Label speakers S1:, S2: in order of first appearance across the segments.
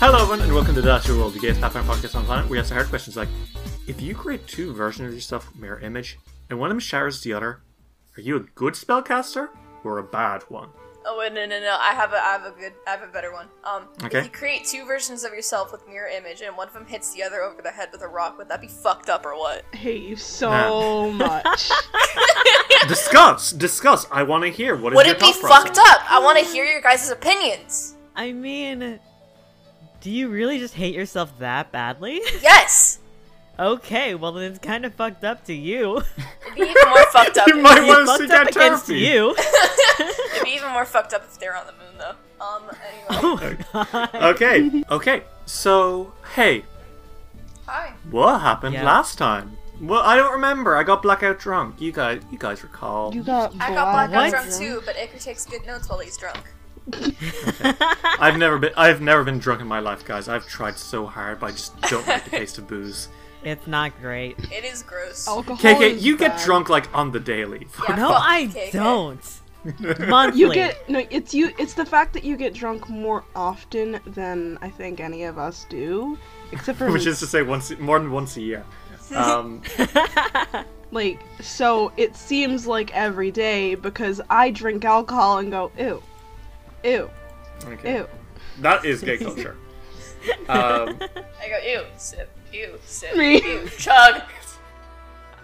S1: Hello, everyone, and welcome to That's Your World, the gayest Pathfinder podcast on the planet. We ask the hard questions like, if you create two versions of yourself with mirror image, and one of them shatters the other, are you a good spellcaster or a bad one?
S2: Oh wait, no no no! I have a I have a good I have a better one. Um,
S1: Okay.
S2: if you create two versions of yourself with mirror image, and one of them hits the other over the head with a rock, would that be fucked up or what?
S3: I hate you so much.
S1: discuss, discuss. I want to hear what is
S2: would
S1: your
S2: it be
S1: thought process?
S2: fucked up? I want to hear your guys' opinions.
S4: I mean, do you really just hate yourself that badly?
S2: Yes,
S4: okay, well then it's kind of fucked up to you.
S2: it'd be even more fucked up.
S1: You might
S2: It'd
S1: want
S4: It's
S1: to
S4: fucked
S1: seek
S4: up
S1: out
S4: against
S1: therapy.
S4: you.
S2: be even more fucked up if they're on the moon though. Um, anyway.
S4: oh god.
S1: Okay, okay. So, hey,
S2: Hi.
S1: what happened
S4: Yeah.
S1: last time? Well, I don't remember. I got blackout drunk. You guys, you guys recall?
S3: You got
S2: I got blackout
S4: What?
S2: drunk too, but Iker takes good notes while he's drunk.
S1: I've never been. I've never been drunk in my life, guys. I've tried so hard, but I just don't like the taste of booze.
S4: It's not great.
S2: It is gross.
S3: Alcohol
S1: KK,
S3: is
S1: you get
S3: bad.
S1: drunk like on the daily.
S2: Yeah,
S4: No,
S2: fuck
S4: I
S2: KK.
S4: don't. Monthly.
S3: You get no. It's you. It's the fact that you get drunk more often than I think any of us do, except for
S1: Which is to say, once more than once a year. Um,
S3: like. So it seems like every day because I drink alcohol and go ew, ew,
S1: okay.
S3: ew.
S1: That is gay culture. Um,
S2: I go ew sip ew sip
S3: Me.
S2: ew chug.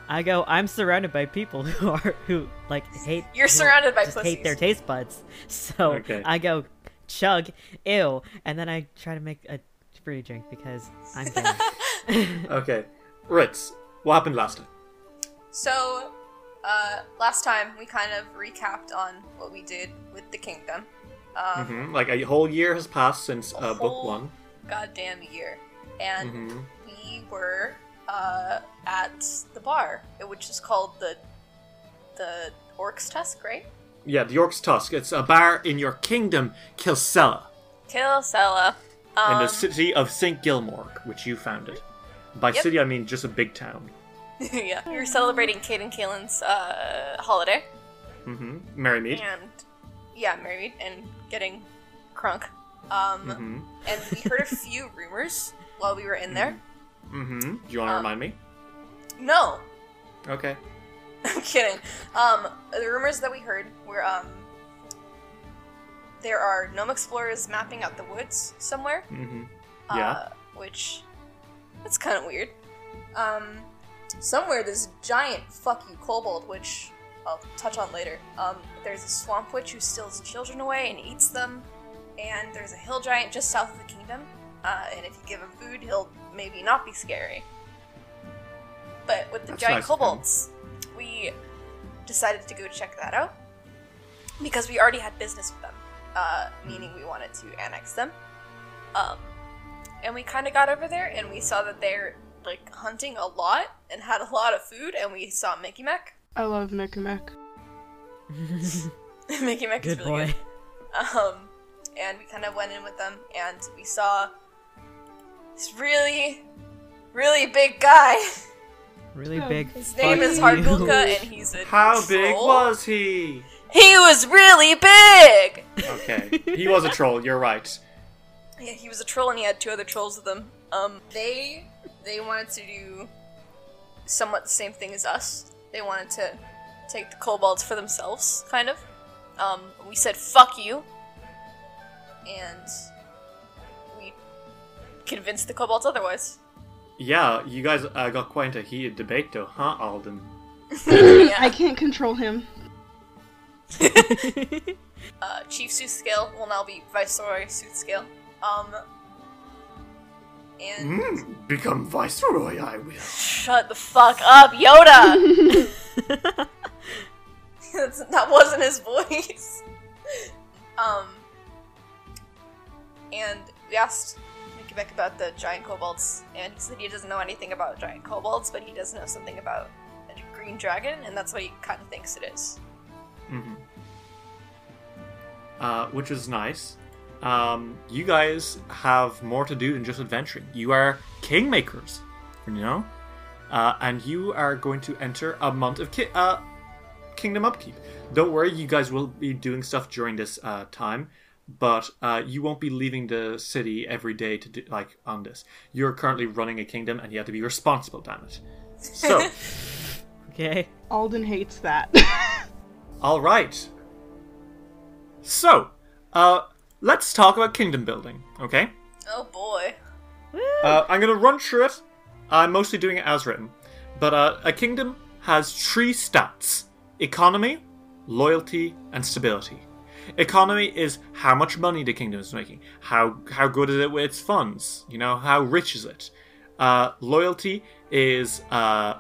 S4: I go. I'm surrounded by people who are who like hate.
S2: You're
S4: who
S2: surrounded by
S4: just hate their
S2: pussies.
S4: taste buds. So
S1: Okay.
S4: I go chug, ew, and then I try to make a fruity drink because I'm gay.
S1: okay, Ritz, what happened last
S2: Uh,
S1: time?
S2: So, uh, last time we kind of recapped on what we did with the kingdom. Um,
S1: hmm Like a whole year has passed since uh, book
S2: whole
S1: one.
S2: Goddamn year. And
S1: Mhm.
S2: we were uh, at the bar, which is called the the Orc's Tusk, right?
S1: Yeah, the York's Tusk. It's a bar in your kingdom, Kilsella,
S2: Kilsella.
S1: in
S2: Um,
S1: the city of St. Gilmore, which you founded. By
S2: Yep.
S1: city, I mean just a big town.
S2: yeah. We were celebrating Kate and Kaelin's uh, holiday.
S1: Mm-hmm. Merrymead.
S2: And, yeah, married and getting crunk. Um,
S1: Mhm.
S2: And we heard a few rumors while we were in there.
S1: Mm-hmm. Do you want to
S2: Um,
S1: remind me?
S2: No,
S1: Okay.
S2: I'm kidding. Um, the rumors that we heard were um, there are gnome explorers mapping out the woods somewhere.
S1: Mm-hmm. Yeah.
S2: Uh, which that's kind of weird. Um, somewhere this giant fuck you kobold, which I'll touch on later. Um, there's a swamp witch who steals children away and eats them, and there's a hill giant just south of the kingdom. Uh, and if you give him food, he'll maybe not be scary. But with the
S1: That's
S2: giant
S1: nice of him.
S2: kobolds, we decided to go check that out because we already had business with them, uh,
S1: Hmm.
S2: meaning we wanted to annex them. Um, and we kind of got over there and we saw that they're like hunting a lot and had a lot of food, and we saw Mickey Mac.
S3: I love Mikumek.
S2: Mickey Mac is
S4: Good
S2: really
S4: boy.
S2: good. Um, and we kind of went in with them and we saw this really, really big guy.
S4: Really
S3: Oh,
S4: big.
S2: His name is
S4: fuck you.
S2: Hargulka, and he's a
S1: How big
S2: troll.
S1: was he?
S2: he? Was really big.
S1: Okay. He was a troll, you're right.
S2: Yeah, he was a troll, and he had two other trolls with him. Um, they they wanted to do somewhat the same thing as us. They wanted to take the kobolds for themselves, kind of. Um, we said fuck you, and we convinced the kobolds otherwise.
S1: Yeah, you guys uh, got quite a heated debate though, huh, Alden?
S3: I
S2: yeah.
S3: can't control him.
S2: uh, Chief Soothscale will now be Viceroy Soothscale. Um, and
S1: Mm, become viceroy, I will.
S2: Shut the fuck up, Yoda! That's- that wasn't his voice. Um, and we asked Mickey Beck about the giant kobolds, and he said he doesn't know anything about giant kobolds, but he does know something about a green dragon, and that's what he kind of thinks it is.
S1: hmm Uh, which is nice. Um, you guys have more to do than just adventuring. You are kingmakers, you know, uh, and you are going to enter a month of ki- uh, kingdom upkeep. Don't worry, you guys will be doing stuff during this uh, time, but uh, you won't be leaving the city every day to do like on this. You're currently running a kingdom, and you have to be responsible. Damn it! So,
S4: Okay.
S3: Alden hates that.
S1: all right. So, uh, let's talk about kingdom building. Okay.
S2: Oh boy.
S4: Woo!
S1: Uh, I'm going to run through it. I'm mostly doing it as written. But uh, a kingdom has three stats economy, loyalty, and stability. Economy is how much money the kingdom is making, how, how good is it with its funds, you know, how rich is it. Uh, loyalty is uh,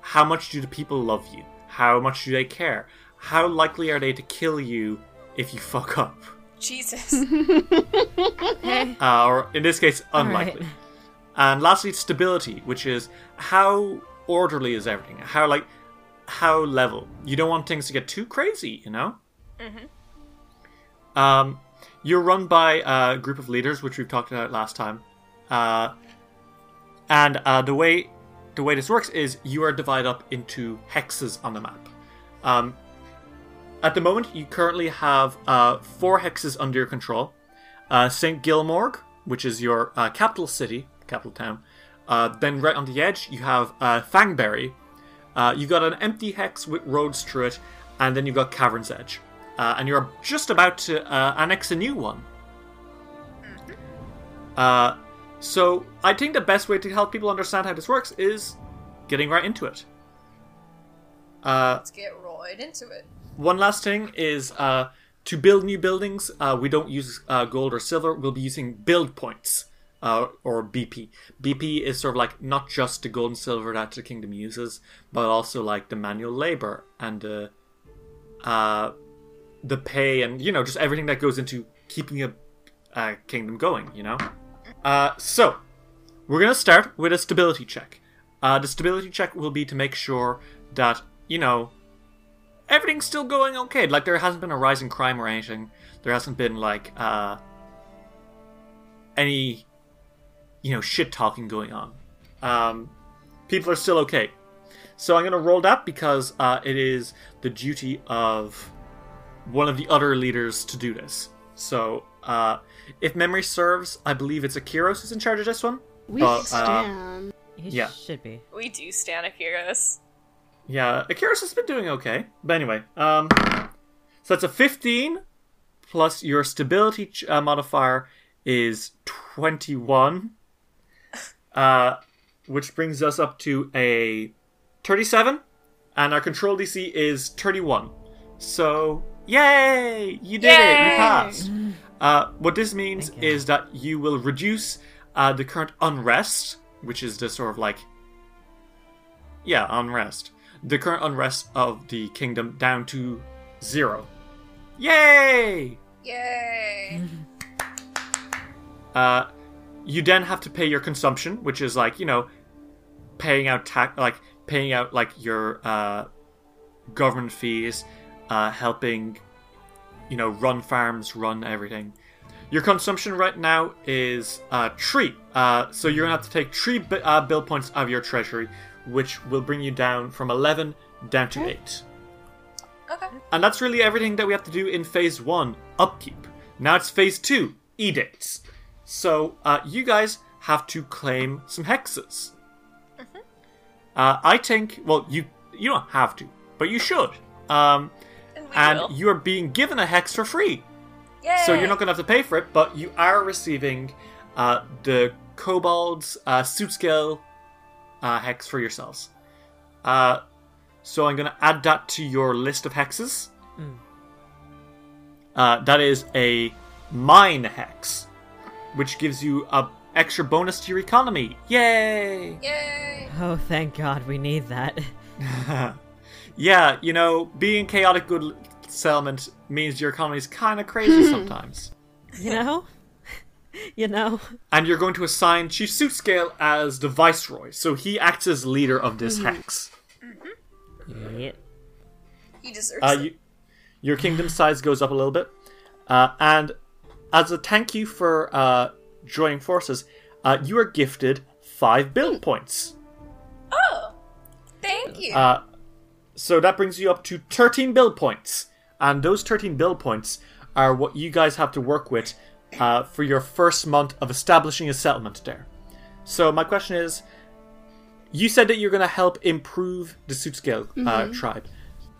S1: how much do the people love you, how much do they care, how likely are they to kill you if you fuck up,
S2: Jesus.
S4: Okay.
S1: uh, or in this case,
S4: right.
S1: unlikely. And lastly, stability, which is how orderly is everything? How like how level? You don't want things to get too crazy, you know. Mm-hmm. Um, you're run by a group of leaders, which we've talked about last time. Uh, and uh, the way the way this works is you are divided up into hexes on the map. Um, at the moment, you currently have uh, four hexes under your control. Uh, St. Gilmorg, which is your uh, capital city, capital town. Uh, then right on the edge, you have uh, Fangberry. Uh, you've got an empty hex with roads through it, and then you've got Cavern's Edge. Uh, and you're just about to uh, annex a new one. Uh, so I think the best way to help people understand how this works is getting right into it. Uh,
S2: Let's get right into it.
S1: one last thing is uh, to build new buildings, uh, we don't use uh, gold or silver. We'll be using build points uh, or BP. BP is sort of like not just the gold and silver that the kingdom uses, but also like the manual labor and the uh, the pay and you know just everything that goes into keeping a, a kingdom going. You know, uh, so we're gonna start with a stability check. Uh, the stability check will be to make sure that you know everything's still going okay. Like there hasn't been a rise in crime or anything. There hasn't been like uh any you know shit talking going on. Um, people are still okay. So I'm gonna roll that because uh, it is the duty of one of the other leaders to do this. So uh, if memory serves, I believe it's Akiros who's in charge of this one.
S3: we
S1: Oh, uh,
S3: stand.
S4: He
S1: yeah.
S4: should be.
S2: We do stand up here, us.
S1: Yeah, Akiris has been doing okay. But anyway, um, so that's a 15 plus your stability ch- uh, modifier is 21, uh, which brings us up to a 37, and our control DC is 31. So, yay! You did it! You
S2: Yay!
S1: passed. Uh, what this means
S4: Thank you.
S1: is that you will reduce uh, the current unrest, which is the sort of like yeah, unrest. The current unrest of the kingdom down to zero. Yay!
S2: Yay.
S1: Uh, you then have to pay your consumption, which is like you know, paying out tax, like paying out like your uh, government fees, uh, helping, you know, run farms, run everything. Your consumption right now is uh, three, uh, so you're gonna have to take three bi- uh, bill points out of your treasury, which will bring you down from eleven down to eight.
S2: Okay.
S1: And that's really everything that we have to do in phase one upkeep. Now it's phase two edicts. So uh, you guys have to claim some hexes.
S2: Mm-hmm.
S1: Uh, I think, well, you you don't have to, but you should. Um,
S2: And we
S1: and
S2: will.
S1: you are being given a hex for free,
S2: Yay.
S1: so you're not going to have to pay for it. But you are receiving uh, the kobold's uh, suit scale uh, hex for yourselves. Uh, so I'm going to add that to your list of hexes.
S4: Mm.
S1: Uh, that is a mine hex, which gives you a extra bonus to your economy. Yay!
S2: Yay.
S4: Oh, thank God, we need that.
S1: yeah, you know, being chaotic good l- settlement means your economy's kind of crazy sometimes.
S4: You know? you know?
S1: And you're going to assign Chief Suit Scale as the Viceroy, so he acts as leader of this hex.
S4: Yeah.
S2: He deserves
S1: Uh,
S2: it.
S1: you, your kingdom size goes up a little bit. Uh, and as a thank you for uh, joining forces, uh, you are gifted five build points.
S2: Oh. Thank you.
S1: Uh, so that brings you up to 13 build points. And those 13 build points are what you guys have to work with uh, for your first month of establishing a settlement there. So my question is, you said that you're going to help improve the Suitskill uh,
S3: Mm-hmm.
S1: tribe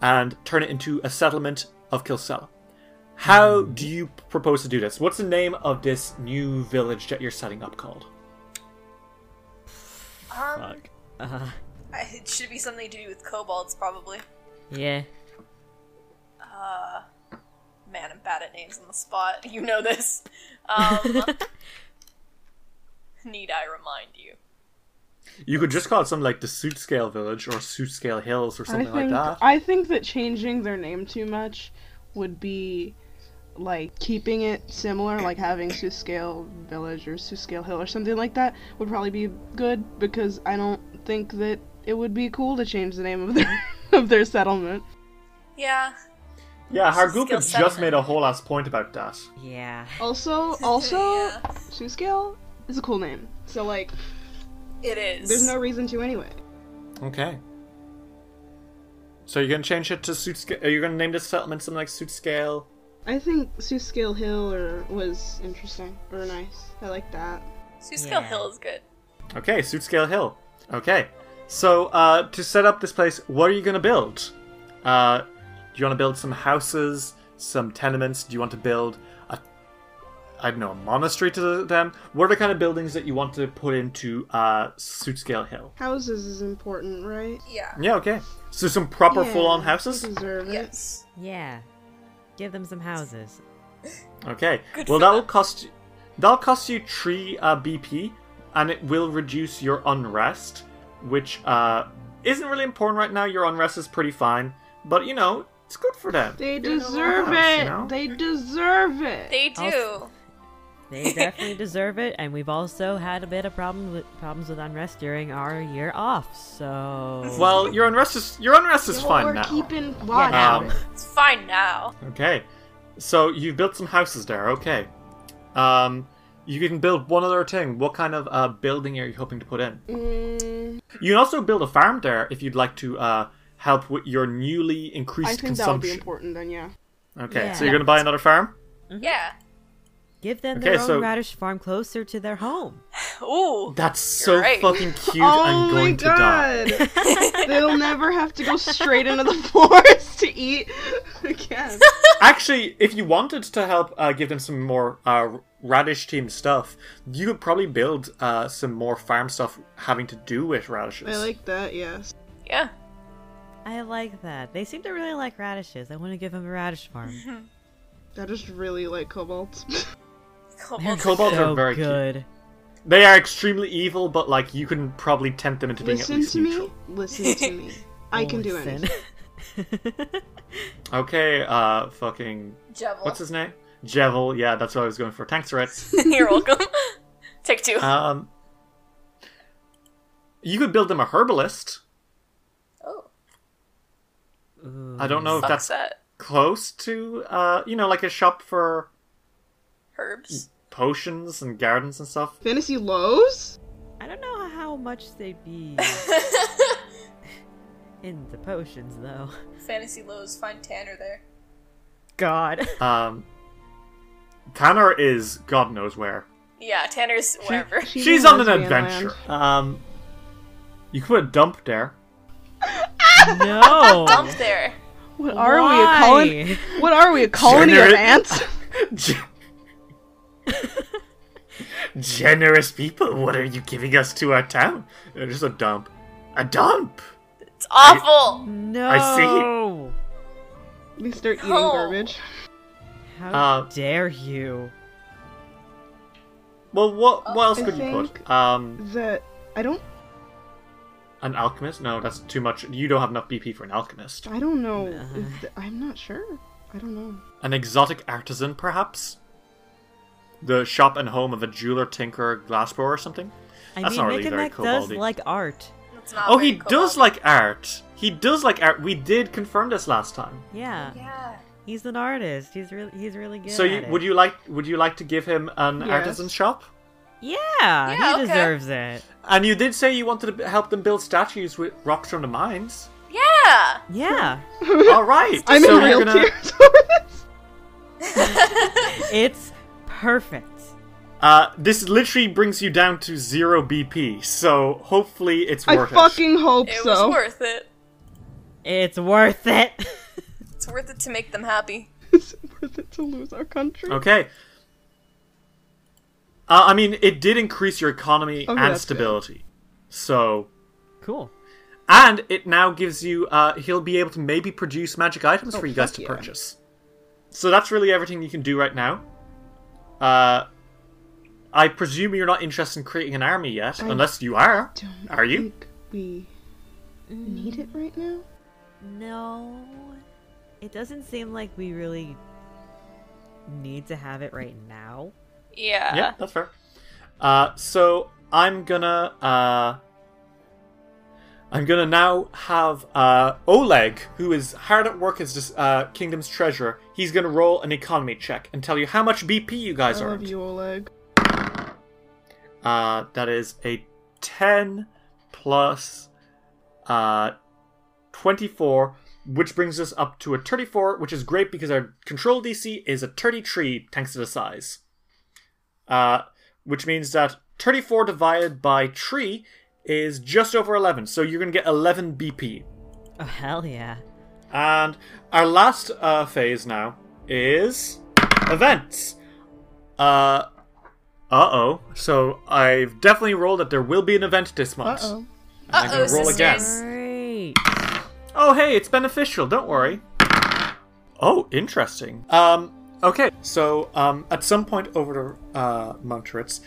S1: and turn it into a settlement of Kilsella. How
S3: Mm-hmm.
S1: do you propose to do this? What's the name of this new village that you're setting up called?
S2: Um,
S1: Fuck.
S4: Uh,
S2: I- it should be something to do with kobolds, probably.
S4: yeah.
S2: Man, I'm bad at names on the spot. You know this. Um, need I remind you?
S1: You could just call it something like the Suitscale Village or Suitscale Hills or something
S3: I
S1: like
S3: think
S1: that.
S3: I think that changing their name too much would be like keeping it similar, like having Suscale Village or Suscale Hill or something like that would probably be good because I don't think that it would be cool to change the name of their of their settlement.
S2: Yeah.
S1: Yeah,
S2: Suitscale
S1: Harguka just
S2: settlement.
S1: made a whole ass point about that.
S4: Yeah.
S3: Also, also
S2: Yeah.
S3: Suscale is a cool name. So like
S2: It is.
S3: there's no reason to anyway.
S1: Okay. So you're gonna change it to Suitscale? Are you gonna name this settlement something like Suitscale?
S3: I think Suscale Hill or was interesting or nice. I like that.
S2: Suscale
S4: Yeah.
S2: Hill is good.
S1: Okay, Suitscale Hill. Okay. So uh, to set up this place, what are you gonna build? Uh, do you want to build some houses, some tenements? Do you want to build a, I don't know, a monastery to them? What are the kind of buildings that you want to put into uh, Suitscale Hill?
S3: Houses is important, right?
S2: Yeah.
S1: Yeah, okay. So some proper
S3: Yeah,
S1: full-on
S3: they
S1: houses.
S3: deserve it.
S2: Yes.
S4: Yeah. Give them some houses.
S1: Okay.
S2: Good
S1: well,
S2: for
S1: that'll
S2: them.
S1: cost you, that'll cost you three uh, BP, and it will reduce your unrest, which uh, isn't really important right now. Your unrest is pretty fine, but you know it's good for them.
S3: They
S1: They're in the
S3: deserve
S1: wrong house,
S3: it.
S1: you know?
S3: They deserve it.
S2: They do.
S4: Also- They definitely deserve it, and we've also had a bit of problem with, problems with unrest during our year off. So
S1: Well, your unrest is your unrest is
S3: Well,
S1: fine
S3: we're
S1: now. um,
S3: keeping watch
S4: now.
S3: on it.
S2: It's fine now.
S1: Okay. So you built some houses there. Okay. Um, you can build one other thing. What kind of uh, building are you hoping to put in?
S3: Mm,
S1: You can also build a farm there if you'd like to uh, help with your newly increased
S3: I think that would be
S1: consumption.
S3: important then, yeah.
S1: Okay,
S4: Yeah.
S1: so you're gonna buy another farm?
S2: Yeah.
S4: give them
S1: Okay,
S4: their own
S1: so-
S4: radish farm closer to their home.
S2: Ooh.
S1: That's so
S2: You're right.
S1: fucking cute.
S3: oh
S1: I'm
S3: my
S1: going to die.
S3: god! They'll never have to go straight into the forest to eat again.
S1: Actually, if you wanted to help uh, give them some more uh, radish team stuff, you could probably build uh, some more farm stuff having to do with radishes.
S3: I like that, yes.
S2: Yeah.
S4: I like that. They seem to really like radishes. I want to give them a radish farm.
S3: I just really like kobolds.
S4: They're
S2: Kobolds.
S1: Kobolds
S4: so
S1: are very cute.
S4: good.
S1: They are extremely evil, but like you can probably tempt them into being at
S3: Listen
S1: least
S3: to me.
S1: neutral.
S3: Listen to me. I can do
S4: Listen.
S3: anything.
S1: Okay, uh, fucking
S2: Jevil.
S1: what's his name? Jevil. Yeah, that's what I was going for. Thanks, Ritz.
S2: You're welcome. Take two.
S1: Um, you could build them a herbalist.
S2: oh.
S4: Ooh.
S1: I don't know if
S2: Fuck
S1: oh, that's
S2: that.
S1: close to, uh, you know, like a shop for
S2: Herbs.
S1: potions and gardens and stuff.
S3: Fantasy lows?
S4: I don't know how much they'd be
S1: Mm.
S4: in the potions though.
S2: Fantasy lows. Find Tanner there.
S4: God.
S1: Um, Tanner is God knows where.
S2: Yeah, Tanner's wherever.
S3: She-
S1: She's
S3: in
S1: on an
S3: lesbian
S1: adventure.
S3: land.
S1: Um, you could put a dump there.
S4: No.
S2: Dump there.
S3: What are we, a colony?
S4: Why?
S3: What are we, a colony
S1: Generate-
S3: of ants?
S1: Gen- Generous people, what are you giving us to our town? Uh, Just a dump. A dump!
S2: It's awful.
S4: No.
S1: I see.
S3: They start eating
S2: No.
S3: garbage.
S4: How
S1: Uh,
S4: dare you?
S1: Well, what, what else
S3: I
S1: could you put?
S3: think-
S1: Um,
S3: That I don't
S1: an alchemist? No, that's too much. You don't have enough BP for an alchemist.
S3: I don't know. if th- I'm not sure. I don't know.
S1: An exotic artisan, perhaps? The shop and home of a jeweler, tinker, glassblower, or something?
S4: I
S1: That's
S4: mean,
S1: not really
S4: Nick and
S1: very
S4: Mac does
S1: koboldy.
S4: like art.
S2: It's not
S1: Oh,
S2: Ah, very
S1: he does
S2: kobold.
S1: like art. He does like art. We did confirm this last time.
S4: Yeah.
S2: Yeah.
S4: He's an artist. He's really he's really good.
S1: so, you,
S4: at it.
S1: would you like would you like to give him an
S3: Yes.
S1: artisan shop?
S4: Yeah,
S2: Yeah,
S4: he
S2: okay.
S4: deserves it.
S1: And you did say you wanted to help them build statues with rocks from the mines.
S2: Yeah.
S4: Yeah.
S1: All right.
S3: I'm
S1: so
S3: in
S1: we're
S3: real
S1: gonna-
S3: tears over this.
S4: It's perfect.
S1: Uh, this literally brings you down to zero BP, so hopefully it's
S3: I
S1: worth it.
S3: fucking hope
S2: It
S3: so.
S2: was worth it.
S4: It's worth it.
S2: It's worth it to make them happy.
S3: Is it worth it to lose our country?
S1: Okay. Uh, I mean, it did increase your economy
S3: Okay,
S1: and
S3: Oh, that's good.
S1: stability. So,
S4: cool.
S1: and it now gives you. Uh, he'll be able to maybe produce magic items for you guys
S3: Oh, fuck
S1: to
S3: yeah.
S1: purchase. So that's really everything you can do right now. Uh, I presume you're not interested in creating an army yet, unless you are.
S3: Don't
S1: Are you?
S3: think we need it right now?
S4: No, it doesn't seem like we really need to have it right now.
S2: Yeah.
S1: yeah, that's fair. Uh, so I'm gonna uh, I'm gonna now have uh, Oleg, who is hard at work as this, uh, Kingdom's treasurer. He's gonna roll an economy check and tell you how much BP you guys
S3: I
S1: are.
S3: love you, Oleg.
S1: Uh, that is a ten plus uh, twenty four. Which brings us up to a 34, which is great because our control DC is a 33 thanks to the size. Uh, which means that 34 divided by 3 is just over 11. So you're going to get 11 BP.
S4: Oh hell yeah!
S1: And our last uh, phase now is events. Uh oh. So I've definitely rolled that there will be an event this
S3: Uh
S1: month.
S3: oh.
S1: I'm
S2: Uh-oh,
S1: gonna roll again.
S2: sisters.
S4: Great.
S1: Oh, hey, it's beneficial. Don't worry. Oh, interesting. Um, okay. So, um, at some point over to uh, Monteritz,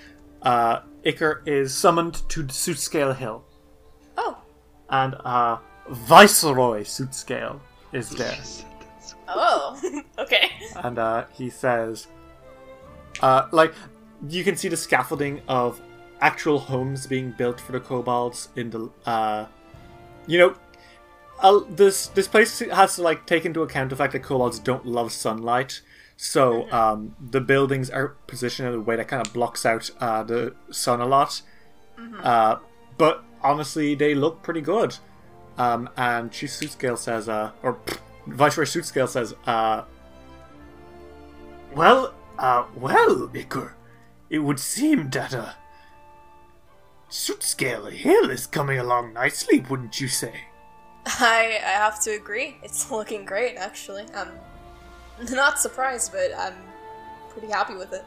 S1: uh, Iker is summoned to Suitscale Hill,
S2: Oh.
S1: and uh, Viceroy Suitscale is there,
S2: Oh. okay.
S1: and uh, he says, uh, like, you can see the scaffolding of actual homes being built for the kobolds in the, uh, you know, uh, this this place has to like take into account the fact that kobolds don't love sunlight, so um, the buildings are positioned in a way that kind of blocks out uh, the sun a lot. Uh, but honestly, they look pretty good. Um, and Chief Suitscale says, uh, or pff, Viceroy Suitscale says, uh, "Well, uh, well, Iker, it would seem that uh, Suitscale Hill is coming along nicely, wouldn't you say?"
S2: I I have to agree. It's looking great, actually. I'm not surprised, but I'm pretty happy with it.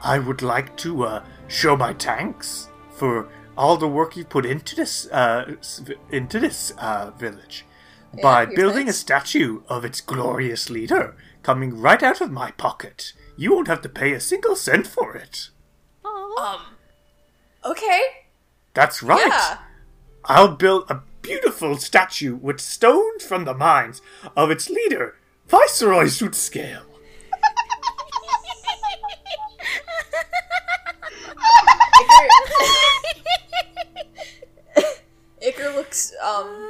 S1: I would like to uh, show my thanks for all the work you put into this uh, s- into this uh, village by
S2: your
S1: building
S2: thanks.
S1: a statue of its glorious leader, coming right out of my pocket. You won't have to pay a single cent for it.
S4: Oh,
S2: Um. Okay.
S1: That's right.
S2: Yeah.
S1: I'll build a beautiful statue with stones from the mines of its leader, Viceroy Suitscale.
S2: Iker looks um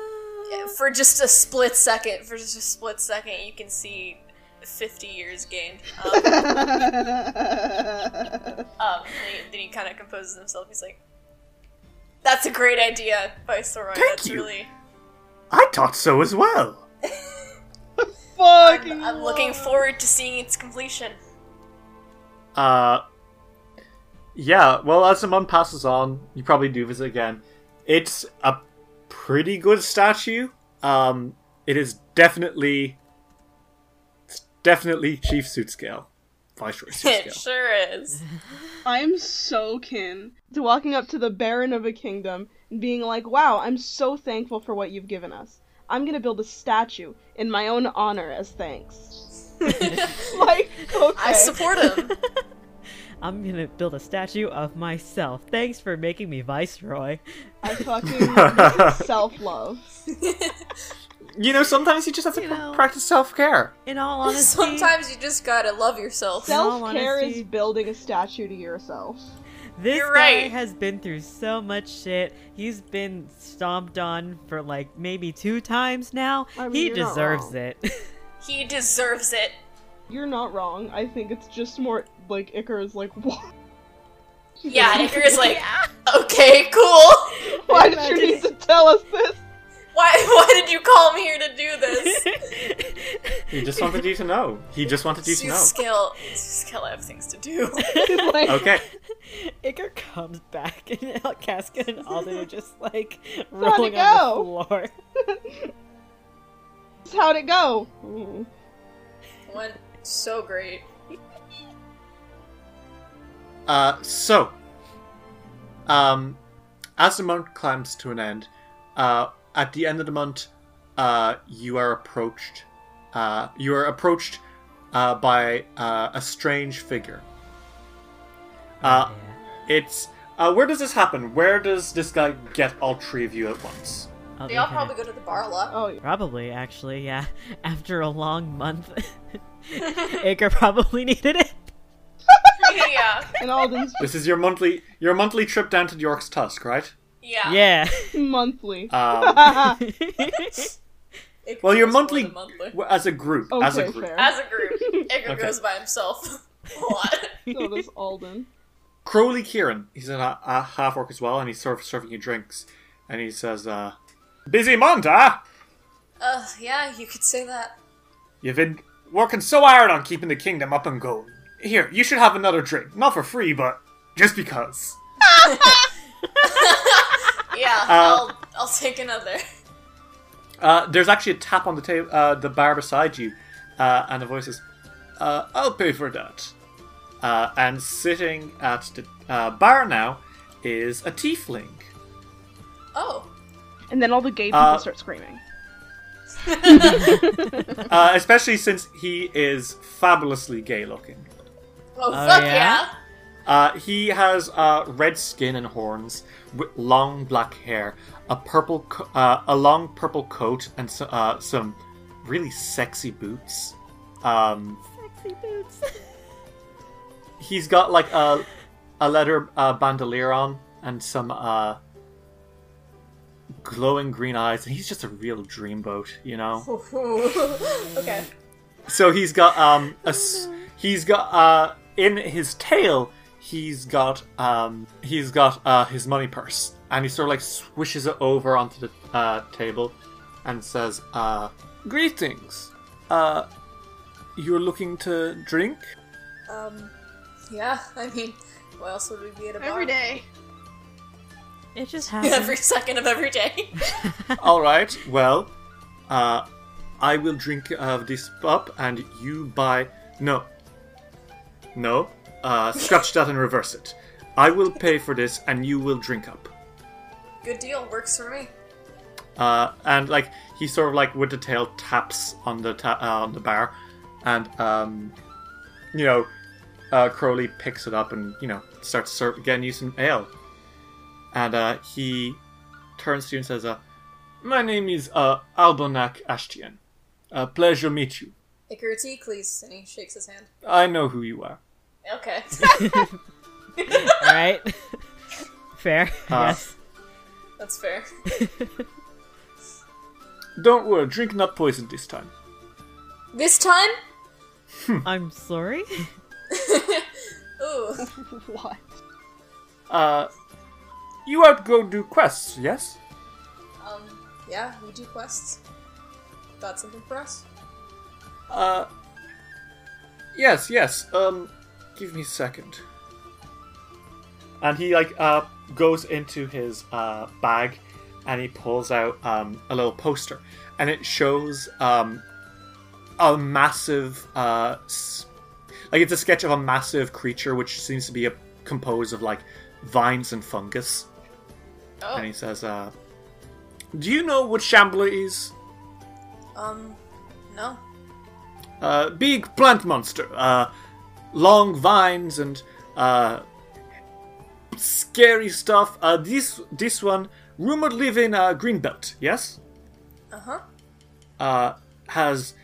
S2: for just a split second. For just a split second, you can see fifty years gained. Um, um, and he- then he kind of composes himself. He's like, "That's a great idea, Viceroy.
S1: Thank
S2: That's
S1: you.
S2: really."
S1: I thought so as well.
S3: Fucking.
S2: I'm looking forward to seeing its completion.
S1: Uh, yeah. Well, as the month passes on, you probably do visit again. It's a pretty good statue. Um, it is definitely, it's definitely Chief Suit Scale, Viceroy Suit
S2: It
S1: Scale.
S2: sure is.
S3: I'm so kin to walking up to the Baron of a Kingdom and being like, wow, I'm so thankful for what you've given us. I'm gonna build a statue in my own honor as thanks. like, okay.
S2: I support him.
S4: I'm gonna build a statue of myself. Thanks for making me viceroy.
S3: I fucking self love.
S1: You know, sometimes you just have to
S4: You
S1: pr-
S4: know.
S1: practice self care.
S4: In all honesty,
S2: Sometimes you just gotta love yourself.
S4: No. all
S3: Self care
S4: honesty-
S3: is building a statue to yourself.
S4: This
S2: You're
S4: guy
S2: right.
S4: has been through so much shit. He's been stomped on for like maybe two times now.
S3: I mean,
S4: he
S3: you're not
S4: deserves
S3: wrong.
S4: it.
S2: He deserves it.
S3: You're not wrong. I think it's just more like Icar is like, what?
S2: Yeah, and Iker is like, okay, cool.
S3: Why did you need to tell us this?
S2: Why? Why did you call me here to do this?
S1: He just wanted you to know. He just wanted you to
S2: Sue
S1: know.
S2: skill. Sue skill. I have things to do.
S3: like,
S1: Okay.
S4: Iker comes back, and Casca and Alden are just like
S3: to
S4: rolling
S3: go.
S4: on the floor.
S3: how'd it go? Mm.
S2: Went so great.
S1: Uh, so, um, as the month climbs to an end, uh, at the end of the month, uh, you are approached. Uh, you are approached uh, by uh, a strange figure. Uh, it's uh, where does this happen? Where does this guy get all three of you at once?
S4: I'll
S2: They
S4: be
S2: all
S4: kinda-
S2: probably go to the bar a lot.
S3: Oh, yeah.
S4: Probably, actually, yeah. After a long month, Iker probably needed it.
S2: yeah.
S3: and Alden's
S1: This is your monthly your monthly trip down to York's Tusk, right?
S2: Yeah.
S4: Yeah.
S3: monthly.
S1: Um,
S2: It
S1: well, your
S2: goes more
S1: monthly-
S2: than monthly.
S1: w- as a group, as a
S3: okay,
S1: group.
S3: fair.
S2: As a group, Edgar
S1: Okay.
S2: goes by himself a lot.
S3: so does Alden.
S1: Crowley Kieran, he's in a, a half orc as well, and he's sort of serving you drinks. And he says, uh, Busy month, huh?
S2: Ugh, Uh, yeah, you could say that.
S1: You've been working so hard on keeping the kingdom up and going. Here, you should have another drink. Not for free, but just because.
S2: Yeah, I'll I'll take another.
S1: Uh, there's actually a tap on the table, uh, the bar beside you, uh, and a voice says, uh, "I'll pay for that." Uh, and sitting at the uh, bar now is a tiefling.
S2: Oh,
S3: And then all the gay people
S1: Uh,
S3: start screaming.
S1: Uh, especially since he is fabulously gay looking.
S2: oh,
S4: Oh,
S2: fuck yeah.
S4: yeah?
S1: Uh, he has uh, red skin and horns, with long black hair, a purple, co- uh, a long purple coat, and so, uh, some really sexy boots. Um,
S4: Sexy boots.
S1: he's got like a a leather uh, bandolier on and some uh, glowing green eyes, and he's just a real dreamboat, you know.
S2: okay.
S1: So he's got um a s- he's got uh in his tail he's got um he's got uh his money purse and he sort of like swishes it over onto the uh table and says uh greetings uh you're looking to drink
S2: Um, yeah. I mean, why else would we be at a bar
S3: day.
S4: It just happens.
S2: Every second of every day.
S1: all right well uh I will drink uh, this up and you buy no no uh scratch that and reverse it I will pay for this and you will drink up
S2: Good deal. Works for me.
S1: uh, and like he sort of like with the tail taps on the ta- uh, on the bar, and um, you know, uh, Crowley picks it up and you know starts ser- getting you some ale, and uh, he turns to you and says, uh, "My name is uh, Albonak Ashtian. Uh, pleasure meet you.
S2: Icarus Eccles, and he shakes his hand.
S1: I know who you are.
S2: Okay.
S4: All right. Fair.
S1: Uh,
S4: yes.
S2: That's fair.
S1: Don't worry, drink not poison this time."
S2: This time?
S1: hmm.
S4: I'm sorry.
S2: Ooh.
S3: What?
S1: Uh, you out go do quests, yes?
S2: Um, yeah, we do quests. Got something for us?
S1: Uh, yes, yes. Um, give me a second. And he like uh goes into his uh bag, and he pulls out um a little poster, and it shows um a massive uh s- like it's a sketch of a massive creature which seems to be a, composed of like vines and fungus.
S2: Oh.
S1: And he says, uh, "Do you know what Shambler is?"
S2: Um, no.
S1: uh, big plant monster, uh, long vines and uh, scary stuff. Uh, this this one rumored live in uh, Greenbelt. Yes,
S2: Uh huh.
S1: uh, has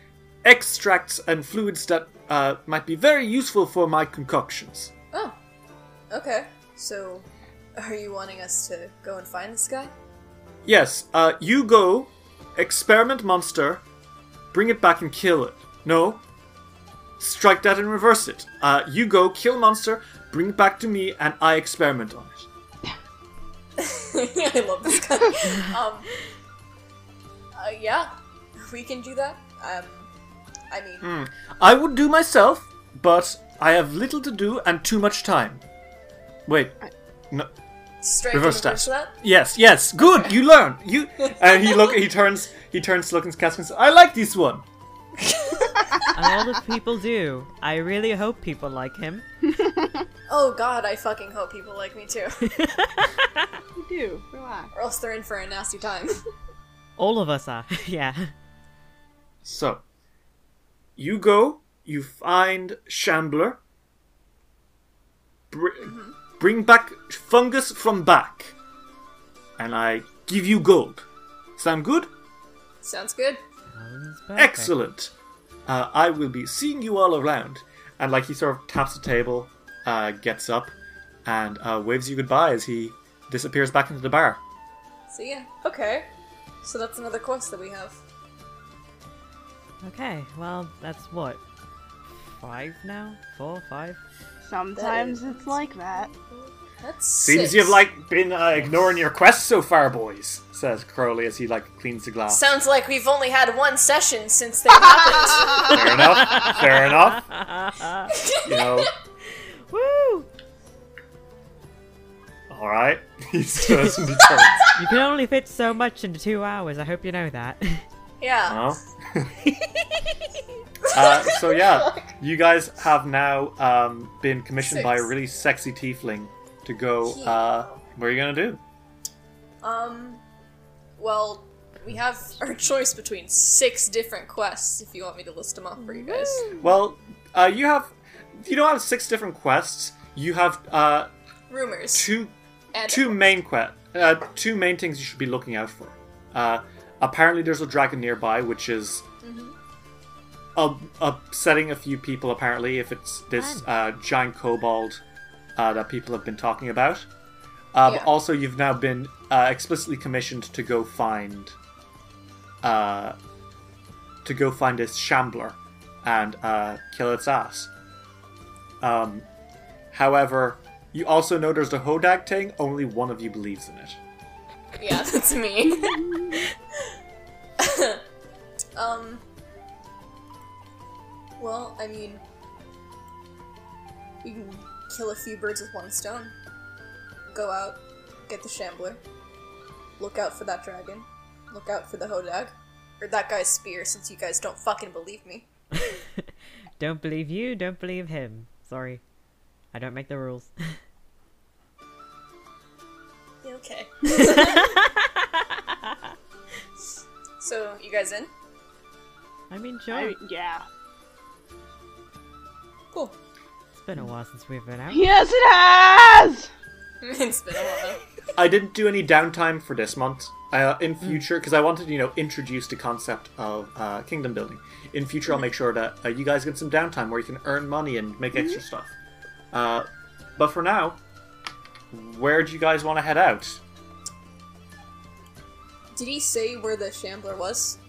S1: extracts and fluids that uh, might be very useful for my concoctions.
S2: Oh. Okay. So, are you wanting us to go and find this guy?
S1: Yes, uh, you go, experiment monster, bring it back and kill it. No, strike that and reverse it. Uh, you go, kill monster, bring it back to me, and I experiment on it.
S2: I love this guy. um, Uh, yeah, we can do that. Um, I mean,
S1: I would do myself, but I have little to do and too much time. Wait. No,
S2: straight
S1: reverse
S2: to reverse
S1: steps.
S2: that.
S1: Yes, yes. Good. You learn. You and he look he turns he turns to look at Caspian and says, I like this one.
S4: And all the people do. I really hope people like him.
S2: Oh god, I fucking hope people like me too,
S3: You do. Relax.
S2: or else they're in for a nasty time.
S4: All of us are. yeah.
S1: So you go, you find Shambler. Br- Bring back fungus from back. And I give you gold. Sound good?
S2: Sounds good.
S4: Alan's back.
S1: Excellent. Uh, I will be seeing you all around. And like he sort of taps the table, uh, gets up, and uh, waves you goodbye as he disappears back into the bar.
S2: See ya. Okay, so that's another quest that we have.
S4: Okay, well, that's what? Five now? Four, five?
S3: Sometimes it's like that.
S2: That's
S1: Seems
S2: six.
S1: you've like been uh, ignoring your quest so far, boys," says Crowley as he like cleans the glass.
S2: Sounds like we've only had one session since they happened.
S1: fair enough. Fair enough. You know.
S4: Woo!
S1: All right. He's just in the
S4: You can only fit so much into two hours. I hope you know that.
S2: Yeah.
S1: No. uh, so yeah, you guys have now um, been commissioned by a
S2: Six.
S1: really sexy tiefling to go.
S2: Yeah.
S1: Uh, what are you gonna do?
S2: Um, well, we have our choice between six different quests if you want me to list them off for you guys.
S1: Well, uh, you have you don't have six different quests. You have uh,
S2: Rumors.
S1: two
S2: And
S1: two main quest uh, two main things you should be looking out for. Uh, apparently, there's a dragon nearby, which is up- upsetting a few people. Apparently, if it's this uh, giant kobold uh, that people have been talking about. Uh,
S2: Yeah.
S1: But also, you've now been uh, explicitly commissioned to go find, uh, to go find this shambler and uh, kill its ass. Um, however, you also know there's the Hodag thing. Only one of you believes in it.
S2: Yeah, that's me. um. Well, I mean, we can kill a few birds with one stone. Go out, get the shambler, look out for that dragon, look out for the hodag, or that guy's spear. Since you guys don't fucking believe me.
S4: don't believe you, don't believe him. Sorry. I don't make the rules.
S2: Okay. so you guys in?
S4: I mean, sure.
S3: I, yeah.
S2: Cool.
S4: It's been a while since we've been out.
S3: Yes, it has.
S2: it's been a while.
S1: I didn't do any downtime for this month. Uh, in future, because I wanted to, you know, introduce the concept of uh, kingdom building. In future, I'll make sure that uh, you guys get some downtime where you can earn money and make extra stuff. Uh, but for now, where do you guys want to head out?
S2: Did he say where the shambler was?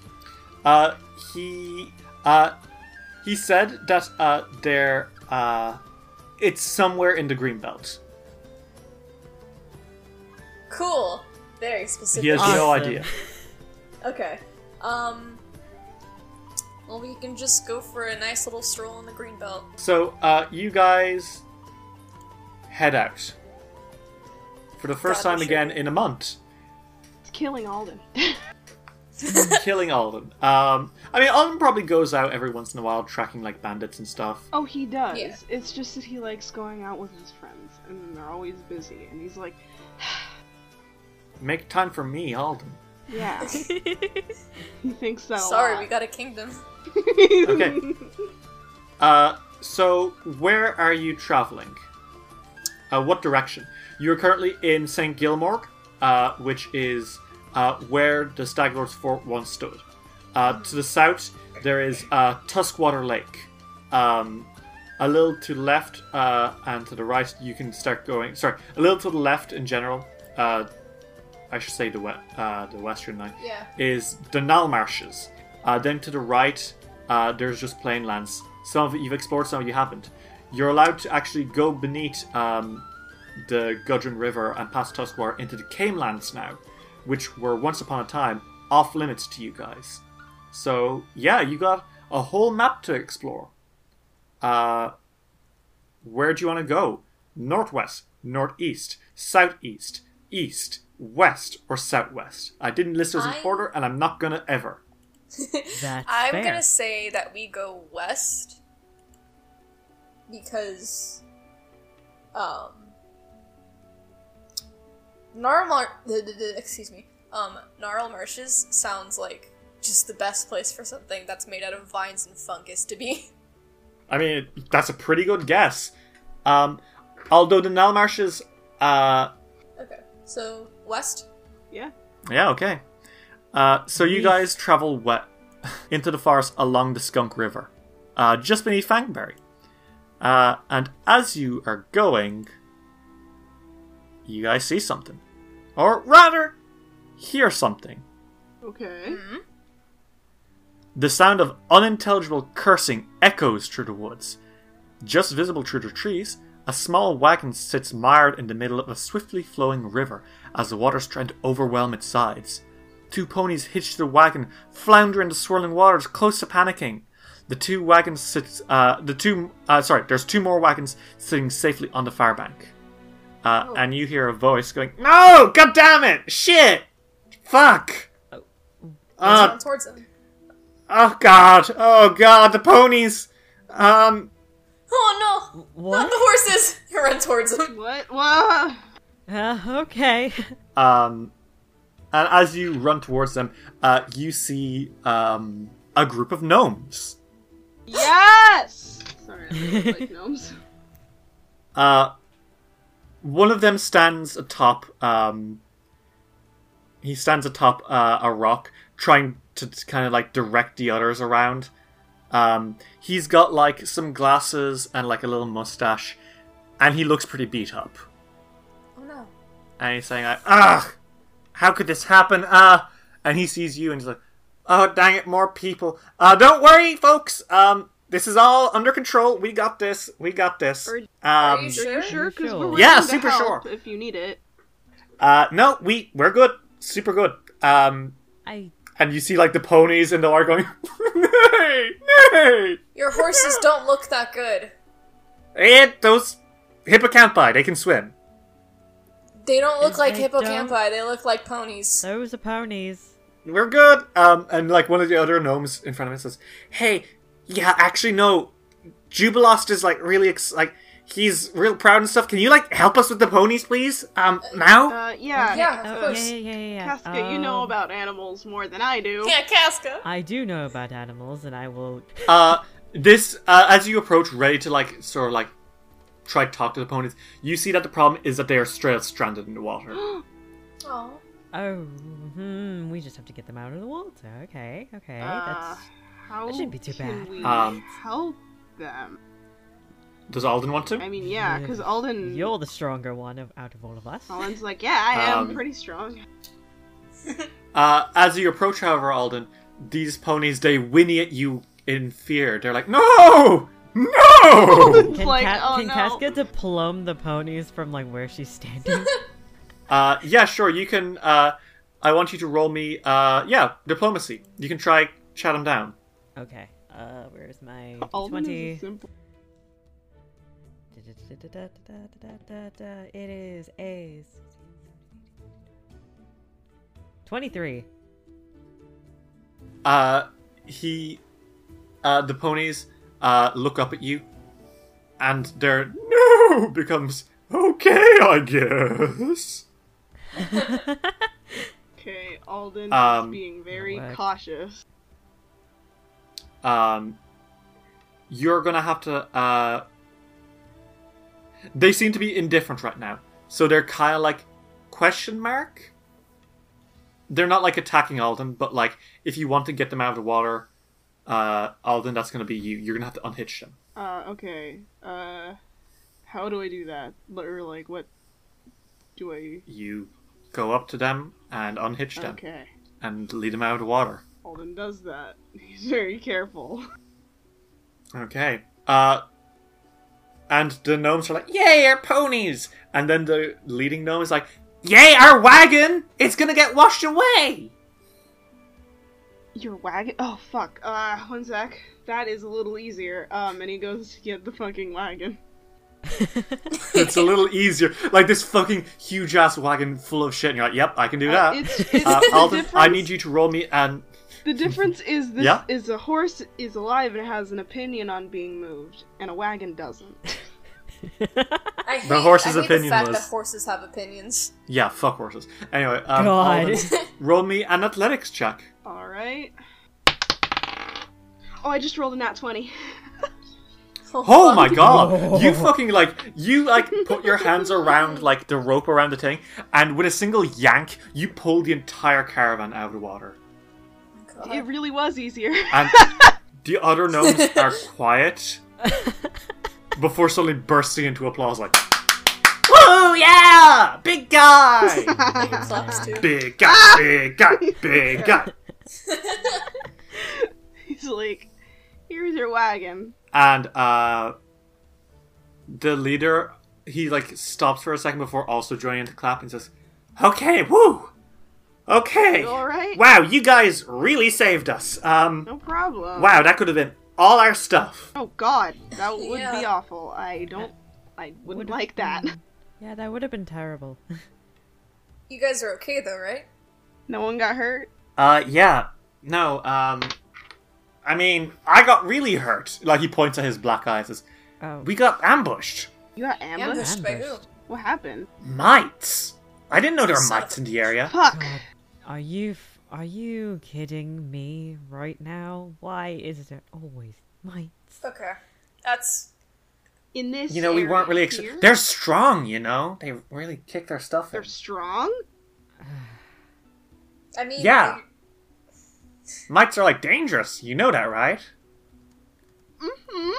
S1: Uh, he uh, he said that uh, there uh, it's somewhere in the green belt.
S2: Cool. Very specific. Ah,
S1: He has no
S4: Awesome.
S1: idea.
S2: Okay. Um. Well, we can just go for a nice little stroll in the green belt.
S1: So uh, you guys head out for the first
S2: God,
S1: time
S2: I'm
S1: again
S2: sure.
S1: in a month,
S3: It's killing Alden.
S1: killing Alden. Um, I mean, Alden probably goes out every once in a while tracking like bandits and stuff.
S3: oh, he does.
S2: Yeah.
S3: It's just that he likes going out with his friends, and they're always busy. And he's like,
S1: Make time for me, Alden.
S3: yeah. he thinks
S4: Oh,
S3: that. a
S2: Sorry,
S3: lot.
S2: we got a kingdom.
S1: Okay. uh, so where are you traveling? Uh, what direction? You're currently in St. Gilmore, uh, which is uh, where the Staglord's Fort once stood. Uh, to the south, there is uh, Tuskwater Lake. Um, a little to the left uh, and to the right, you can start going. Sorry, a little to the left in general. Uh, I should say the we- uh, the western line
S2: Yeah.
S1: is the Nile Marshes. Uh, then to the right, uh, there's just plain lands. Some of it you've explored, some of you haven't. You're allowed to actually go beneath um, the Gudrun River and past Tuskwar into the Camelands now, which were once upon a time off limits to you guys. So yeah, you got a whole map to explore. Uh, where do you want to go? Northwest, northeast, southeast, east, west, or southwest? I didn't list those in
S2: I-
S1: order, and I'm not gonna ever.
S4: That's
S2: I'm
S4: fair.
S2: gonna say that we go west because um Gnarl excuse me. Um Gnarl Marshes sounds like just the best place for something that's made out of vines and fungus to be.
S1: I mean, that's a pretty good guess. Um, although the Nalmarshes, uh,
S2: okay. So west?
S3: Yeah.
S1: yeah, okay. Uh, so you
S4: Beef.
S1: guys travel wet into the forest along the Skunk River, uh, just beneath Fangberry. Uh, and as you are going, you guys see something, or rather, hear something.
S3: Okay.
S2: Mm-hmm.
S1: The sound of unintelligible cursing echoes through the woods. Just visible through the trees, a small wagon sits mired in the middle of a swiftly flowing river as the waters try to overwhelm its sides. Two ponies hitch to the wagon, flounder in the swirling waters, close to panicking. The two wagons sit. Uh, the two. Uh, sorry, there's two more wagons sitting safely on the far bank. Uh, And you hear a voice going, "No! God damn it! Shit! Fuck!
S2: Let's
S1: Ah,
S2: run towards them.
S1: Oh god! Oh god! The ponies. Um.
S2: Oh no! Not
S4: What?
S2: the horses! You run towards them.
S3: What? Wha
S4: Uh, okay.
S1: Um. And as you run towards them, uh, you see um a group of gnomes.
S3: Yes. Sorry, I really like gnomes.
S1: Uh. One of them stands atop. Um. He stands atop uh, a rock, trying to kind of like direct the others around. Um. He's got like some glasses and like a little mustache, and he looks pretty beat up.
S2: Oh no.
S1: and he's saying like, "Ugh, how could this happen?" Uh, and he sees you and he's like, "Oh, dang it, more people." Uh, don't worry, folks. Um, this is all under control. We got this. We got this.
S3: Are-
S2: Are
S1: Um,
S2: you
S3: Are
S2: sure?
S3: you sure? 'Cause
S4: Sure.
S3: we're
S1: Yeah,
S3: willing to
S1: super
S3: help
S1: sure.
S3: If you need it.
S1: uh, no, we we're good. Super good. Um,
S4: I
S1: and you see like the ponies in the water going, "Nay, nay!"
S2: Your horses don't look that good.
S1: And those hippocampi, they can swim.
S2: They don't look
S4: If
S2: like
S4: they
S2: hippocampi,
S4: don't-
S2: they look like ponies.
S4: those are ponies.
S1: we're good. Um, and like one of the other gnomes in front of him says, "Hey, yeah, actually, no. Jubilost is like really ex- like he's real proud and stuff. Can you like help us with the ponies, please? Um, now?
S3: Uh, yeah.
S2: Yeah, of
S4: Oh,
S2: course.
S4: yeah, yeah, yeah, yeah.
S3: Casca, you know
S4: Um,
S3: about animals more than I do.
S2: Yeah, Casca.
S4: I do know about animals, and I will.
S1: Uh, this uh, as you approach, ready to like sort of like try to talk to the ponies. You see that the problem is that they are straight up stranded in the water.
S2: Oh.
S4: Oh, hmm, we just have to get them out of the water. Okay, okay.
S3: Uh,
S4: that's
S3: how
S4: shouldn't be too
S3: can
S4: bad.
S3: we
S1: Um,
S3: help them?
S1: Does Alden want to?
S3: I mean, yeah, because Alden.
S4: you're the stronger one of, out of all of us.
S3: Alden's like, yeah, I am
S1: Um,
S3: pretty strong.
S1: Uh, as you approach, however, Alden, these ponies they whinny at you in fear. They're like, "No, no!"
S3: Alden's
S4: Can,
S3: like,
S4: Ca-
S3: oh
S4: can
S3: no.
S4: Casca diplome the ponies from like where she's standing?
S1: Uh, yeah, sure. You can. Uh, I want you to roll me. Uh, yeah, diplomacy. You can try chat him down.
S4: okay. Uh, where's my
S3: Alden
S4: twenty?
S3: is a simple.
S4: It is a twenty-three.
S1: Uh, he, uh, the ponies uh, look up at you, and their no becomes okay. I guess.
S3: Okay, Alden
S1: Um,
S3: is being very
S4: Relax.
S3: cautious.
S1: Um, you're gonna have to. Uh, they seem to be indifferent right now, so they're kind of like question mark. They're not like attacking Alden, but like if you want to get them out of the water, uh, Alden, that's gonna be you. You're gonna have to unhitch them.
S3: Uh, okay. Uh, how do I do that? Or like, what do I?
S1: You go up to them and unhitch them
S3: Okay.
S1: and lead them out of the water.
S3: Alden does that. He's very careful.
S1: Okay. Uh, and the gnomes are like, "Yay, our ponies!" And then the leading gnome is like, "Yay, our wagon! It's gonna get washed away."
S3: Your wagon? Oh fuck. Uh, one sec. That is a little easier. Um, and he goes to get the fucking wagon.
S1: it's a little easier. Like this fucking huge ass wagon full of shit, and you're like, "Yep, I can do that."
S3: it's it's
S1: Uh,
S3: the
S1: Alden,
S3: difference.
S1: I need you to roll me and
S3: The difference is this
S1: Yeah?
S3: is a horse is alive and has an opinion on being moved, and a wagon doesn't.
S2: I hate,
S1: The horse's
S2: I hate
S1: opinion
S2: the fact
S1: was-
S2: that horses have opinions.
S1: yeah, fuck horses. Anyway, um,
S4: God.
S1: Alden, roll me an athletics check.
S3: All right. Oh, I just rolled a nat twenty.
S1: Oh my god! You fucking like you like put your hands around like the rope around the thing, and with a single yank, you pull the entire caravan out of the water.
S2: God.
S3: It really was easier.
S1: And the other gnomes are quiet before suddenly bursting into applause, like, "Woo! Yeah, big guy,
S2: Claps too.
S1: big guy, big guy, big guy."
S3: He's like, "Here's your wagon."
S1: and uh the leader he like stops for a second before also joining the clap and says okay woo okay
S3: You all right?
S1: wow you guys really saved us um
S3: No problem.
S1: wow that could have been all our stuff
S3: Oh God, that would be
S2: Yeah.
S3: awful. I don't. I wouldn't like that.
S4: yeah, that would have been terrible.
S2: You guys are okay though, right?
S3: No one got hurt.
S1: uh yeah no um i mean i got really hurt like he points at his black eyes and says
S4: Oh.
S1: we got ambushed
S3: You got ambushed.
S2: Ambushed by who?
S4: Ambushed.
S3: What happened?
S1: mites i didn't know there were
S2: Son of
S1: mites
S2: a-
S1: in the area
S3: Fuck.
S4: God, are you f- are you kidding me right now? Why is there always mites?
S2: Okay. That's
S3: In this.
S1: you know we weren't really
S3: area
S1: ex-
S3: here,
S1: they're strong you know they really kick their stuff in.
S3: they're strong.
S2: I mean
S1: Yeah. Mites are like dangerous. You know that, right?
S3: Hmm?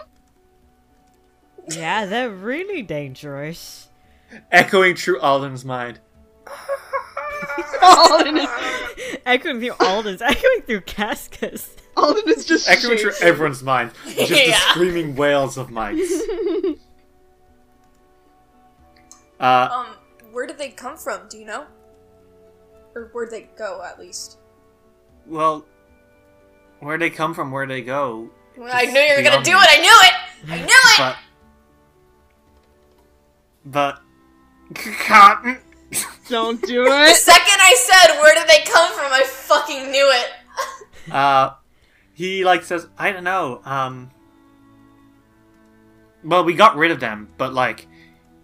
S4: Yeah, they're really dangerous.
S1: Echoing through Alden's mind.
S3: Alden is,
S4: echoing through all this, echoing through Cascas.
S3: Alden is just
S1: Echoing through
S3: shaking.
S1: everyone's mind. Just the
S2: Yeah.
S1: screaming wails of mites. Uh,
S2: Um, where did they come from? Do you know? Or where'd they go at least?
S1: well, where they come from, where they go.
S2: I
S1: Just
S2: knew you were gonna
S1: beyond
S2: do
S1: me.
S2: it. I knew it. I knew it.
S1: But. But. Cotton!
S3: Don't do
S2: The
S3: it.
S2: second I said where did they come from, I fucking knew it.
S1: Uh, he like says, I don't know. Um, well, we got rid of them, but like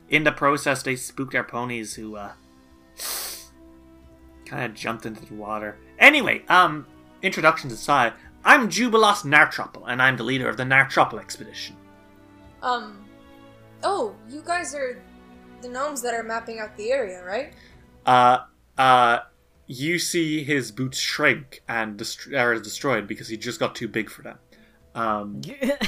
S1: in the process, they spooked our ponies, who uh, kind of jumped into the water. Anyway, um, introductions aside, I'm Jubilos Nartropple, and I'm the leader of the Nartropple expedition.
S2: Um. Oh, you guys are the gnomes that are mapping out the area, right?
S1: Uh, uh, you see his boots shrink and dest- are destroyed because he just got too big for them. Um,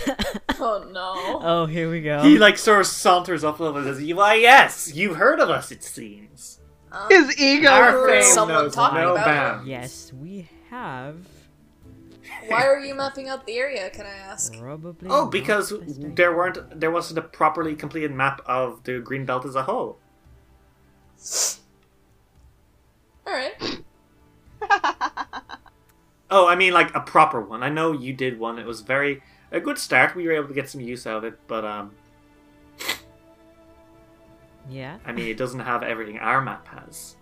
S2: Oh no.
S4: oh, here we go.
S1: He like sort of saunters up a little bit and says, "Why, yes, you've heard of us, it seems.
S2: Um,
S3: His ego.
S1: Our
S2: heard
S1: fame
S2: someone
S1: knows
S2: talking
S1: no
S2: about it.
S1: bounds."
S4: yes, we have
S2: why are you mapping out the area? Can I ask?
S4: probably.
S1: Oh,
S4: not
S1: because
S4: the best idea.
S1: there weren't, there wasn't a properly completed map of the green belt as a whole.
S2: All right.
S1: Oh, I mean, like a proper one. I know you did one. It was very a good start. We were able to get some use out of it, but um,
S4: Yeah,
S1: I mean, it doesn't have everything our map has.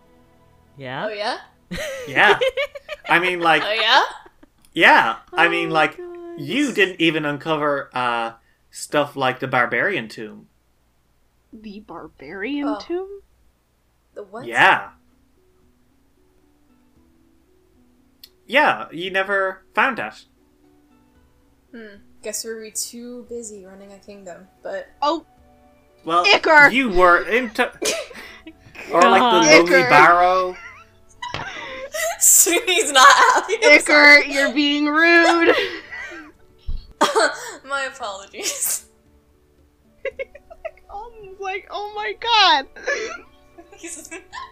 S4: yeah.
S2: Oh yeah.
S1: Yeah, I mean, like,
S2: Oh yeah.
S1: yeah, I mean,
S4: Oh,
S1: like,
S4: God.
S1: you didn't even uncover uh stuff like the barbarian tomb.
S3: the barbarian
S2: Oh.
S3: tomb.
S2: The what?
S1: Yeah. Yeah, you never found that.
S2: Hmm. Guess we were too busy running a kingdom, but
S3: Oh,
S1: Well,
S3: Icker!
S1: you were into. or like
S4: God.
S1: the lonely
S3: Icker.
S1: barrow.
S2: Sweetie's not happy. I'm sorry.
S3: Icker, you're being rude.
S2: My apologies.
S3: Alden's like, oh my god.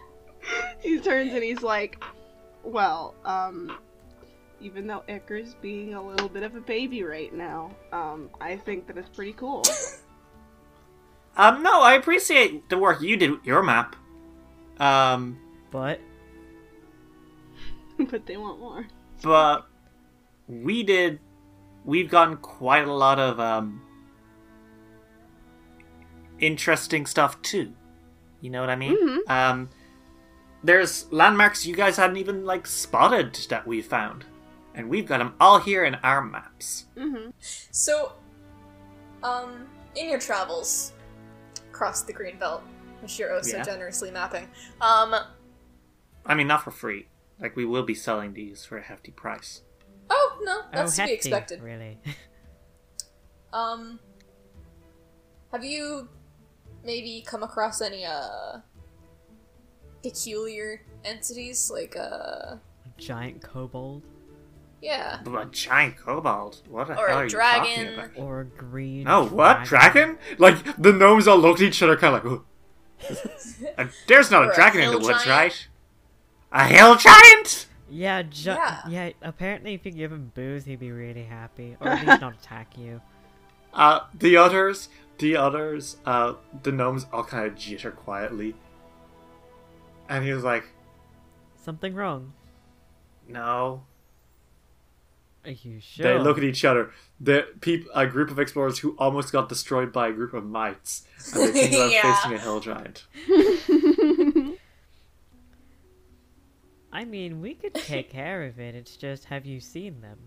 S3: he turns and he's like, well, um, even though Icker's being a little bit of a baby right now, um, I think that it's pretty cool.
S1: Um, no, I appreciate the work you did with your map. Um,
S4: But
S3: but they want more.
S1: but we did we've gotten quite a lot of um interesting stuff too you know what i mean
S2: Mm-hmm.
S1: um there's landmarks you guys hadn't even like spotted that we found and we've got them all here in our maps
S3: Mm-hmm.
S2: So, um, in your travels across the Green Belt, which you're oh so
S1: Yeah.
S2: generously mapping, um,
S1: i mean not for free like we will be selling these for a hefty price
S2: oh no, that's
S4: oh,
S2: to be
S4: hefty,
S2: expected.
S4: Really.
S2: Um, have you maybe come across any uh peculiar entities like uh
S4: Giant kobold
S2: yeah
S1: But a giant kobold what the
S2: Or a
S1: hell are you
S2: dragon.
S1: talking about
S4: or a green.
S1: Oh, what? Dragon? Like, the gnomes all looked at each other kind of like, "Ugh." Uh, there's not
S2: Or
S1: a
S2: a
S1: dragon in the
S2: hill
S1: woods,
S2: giant.
S1: right? A hill giant?
S4: Yeah, gi-
S2: Yeah.
S4: yeah. Apparently, if you give him booze, he'd be really happy, or at least not attack you.
S1: Uh, the others, the others, uh, the gnomes all kind of jitter quietly. And he was like,
S4: Something wrong?
S1: no.
S4: Are you sure?
S1: They look at each other. The peop- a group of explorers who almost got destroyed by a group of mites. And they think about
S2: Yeah.
S1: facing a hill giant. e-
S4: I mean, we could take care of it. It's just, have you seen them?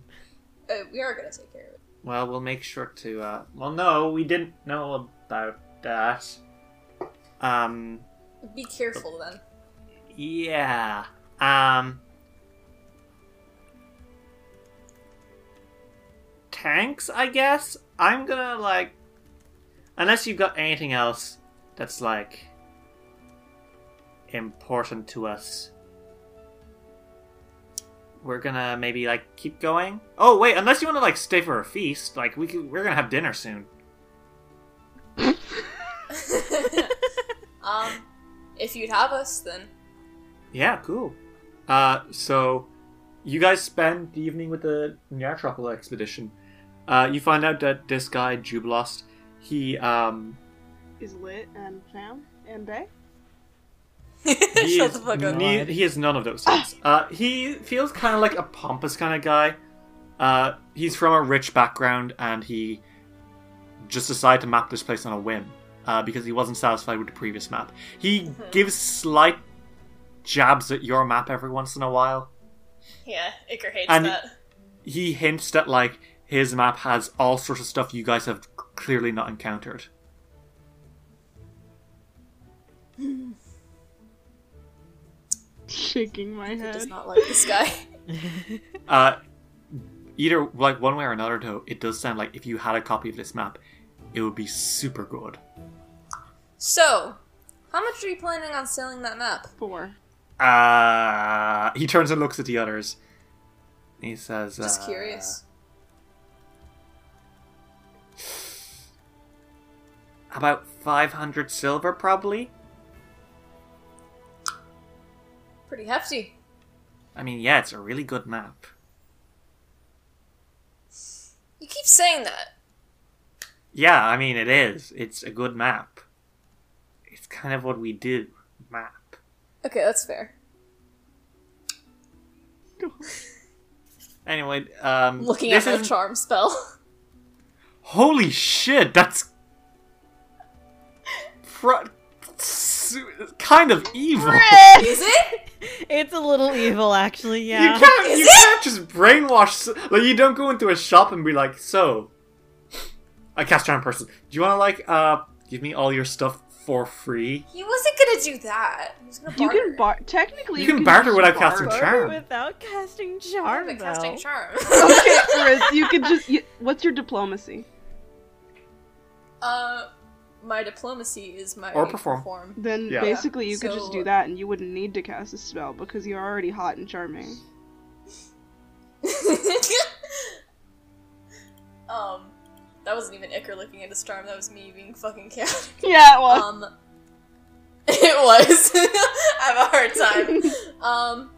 S2: uh, we are gonna take care of it
S1: Well, we'll make sure to. Uh, well, no, we didn't know about that. Um,
S2: be careful then
S1: yeah. Um, tanks, I guess. I'm gonna like, unless you've got anything else that's like important to us. We're gonna maybe like keep going. Oh wait, unless you want to like stay for a feast, like we could, we're gonna have dinner soon.
S2: um if you'd have us then
S1: Yeah, cool. Uh, so you guys spend the evening with the Nyarlathotep expedition. Uh, you find out that this guy Jubilost, he um,
S3: Is lit and Sam and Bay?
S1: he,
S2: shut
S1: is
S2: the fuck up
S1: ne-
S4: up.
S1: he is none of those things. Uh, he feels kind of like a pompous kind of guy. Uh, he's from a rich background, and he just decided to map this place on a whim uh, because he wasn't satisfied with the previous map. He
S2: Mm-hmm.
S1: gives slight jabs at your map every once in a while.
S2: yeah Iker hates
S1: And-
S2: that
S1: he hints that like his map has all sorts of stuff you guys have clearly not encountered.
S3: Shaking my
S2: he does
S3: head.
S2: not like this guy
S1: Uh, either like one way or another, though, it does sound like if you had a copy of this map, it would be super good.
S2: so how much are you planning on selling that map
S3: Four.
S1: Uh, he turns and looks at the others. He says,
S2: just
S1: uh,
S2: curious
S1: about five hundred silver, probably."
S2: pretty hefty
S1: I mean, yeah, it's a really good map.
S2: you keep saying that
S1: Yeah, I mean, it is. It's a good map. It's kind of what we do. Map.
S2: okay that's fair
S1: Anyway, um,
S2: I'm looking
S1: this
S2: at my
S1: isn't-
S2: charm spell
S1: Holy shit, that's Fr- su- kind of evil.
S2: is it
S4: It's a little evil, actually. Yeah.
S1: You can't, you can't just brainwash. s- Like you don't go into a shop and be like, "So, I cast charm person. Do you want to like uh give me all your stuff for free?"
S2: He wasn't gonna do that. He was gonna
S3: You
S2: barter.
S3: can bar. Technically,
S1: You can barter
S3: just
S1: without casting
S3: barter.
S1: charm.
S4: Without casting
S2: I've
S4: charm,
S2: been
S4: though.
S2: casting charm.
S3: okay, Riz, you could just. You, what's your diplomacy?
S2: uh, my diplomacy is my
S1: Or perform.
S3: Then
S1: Yeah.
S3: basically you could just
S2: So-
S3: do that, and you wouldn't need to cast a spell because you're already hot and charming.
S2: um, that wasn't even Icker looking at his charm. That was me being fucking chaotic.
S3: Yeah, it was.
S2: Um, it was. I have a hard time. Um,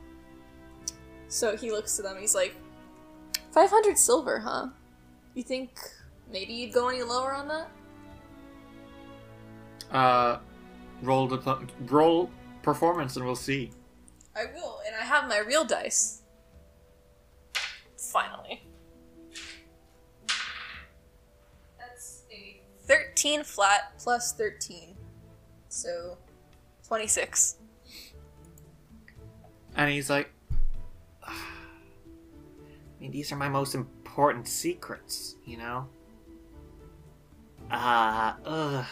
S2: so he looks to them. He's like, 500 silver, huh? You think maybe you'd go any lower on that?
S1: Uh, roll diplo- roll performance, and we'll see.
S2: I will, and I have my real dice. Finally. 13 flat plus 13. So 26.
S1: And he's like, "Ah, I mean, these are my most important secrets, you know? Ah, uh, ugh.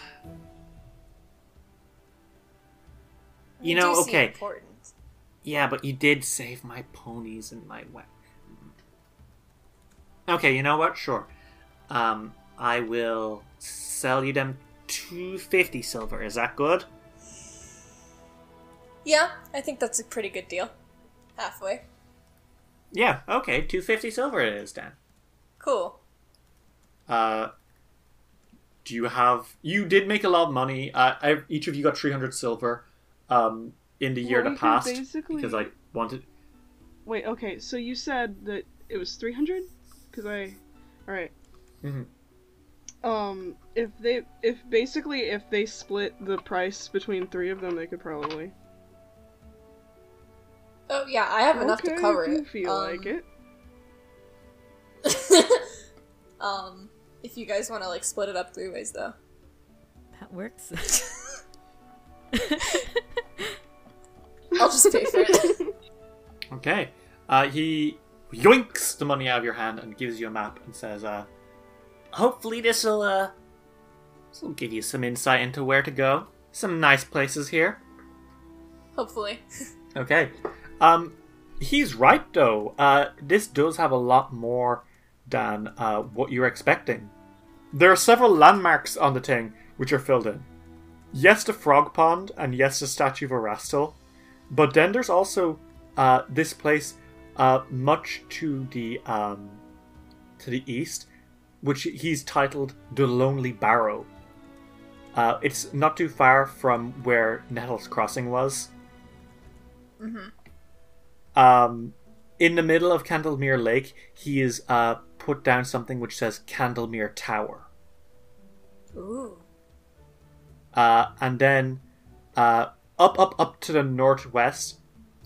S1: You know,
S2: do seem
S1: okay.
S2: Important.
S1: Yeah, but you did save my ponies and my wet. Okay, you know what? Sure. Um, I will sell you them 250 silver. Is that good?
S2: Yeah, I think that's a pretty good deal. Halfway.
S1: Yeah, okay. 250 silver it is then.
S2: Cool.
S1: Uh, do you have? You did make a lot of money. Uh, I, each of you got three hundred silver, um, in the year
S3: Well, we
S1: that
S3: can
S1: passed
S3: basically-
S1: because I wanted.
S3: Wait, okay, so you said that it was 300? Because I. Alright.
S1: Mhm.
S3: Um, if they. If basically, if they split the price between three of them, they could probably.
S2: Oh yeah, I have enough
S3: okay,
S2: to cover
S3: if you
S2: it.
S3: feel like it.
S2: um, if you guys want to like split it up three ways though.
S4: That works.
S2: I'll just pay for it.
S1: Okay. Uh, he yoinks the money out of your hand and gives you a map and says, uh, "Hopefully this will uh, this will give you some insight into where to go. Some nice places here."
S2: Hopefully.
S1: Okay. Um, he's right though. Uh, this does have a lot more than uh, what you're expecting. There are several landmarks on the thing which are filled in. Yes, the frog pond, and yes, the statue of Erastil. But then there's also uh, this place, uh, much to the um, to the east, which he's titled the Lonely Barrow. Uh, it's not too far from where Nettle's Crossing was. Um, in the middle of Candlemere Lake, he is uh, put down something which says Candlemere Tower.
S2: Ooh.
S1: Uh, and then uh, up, up, up to the northwest,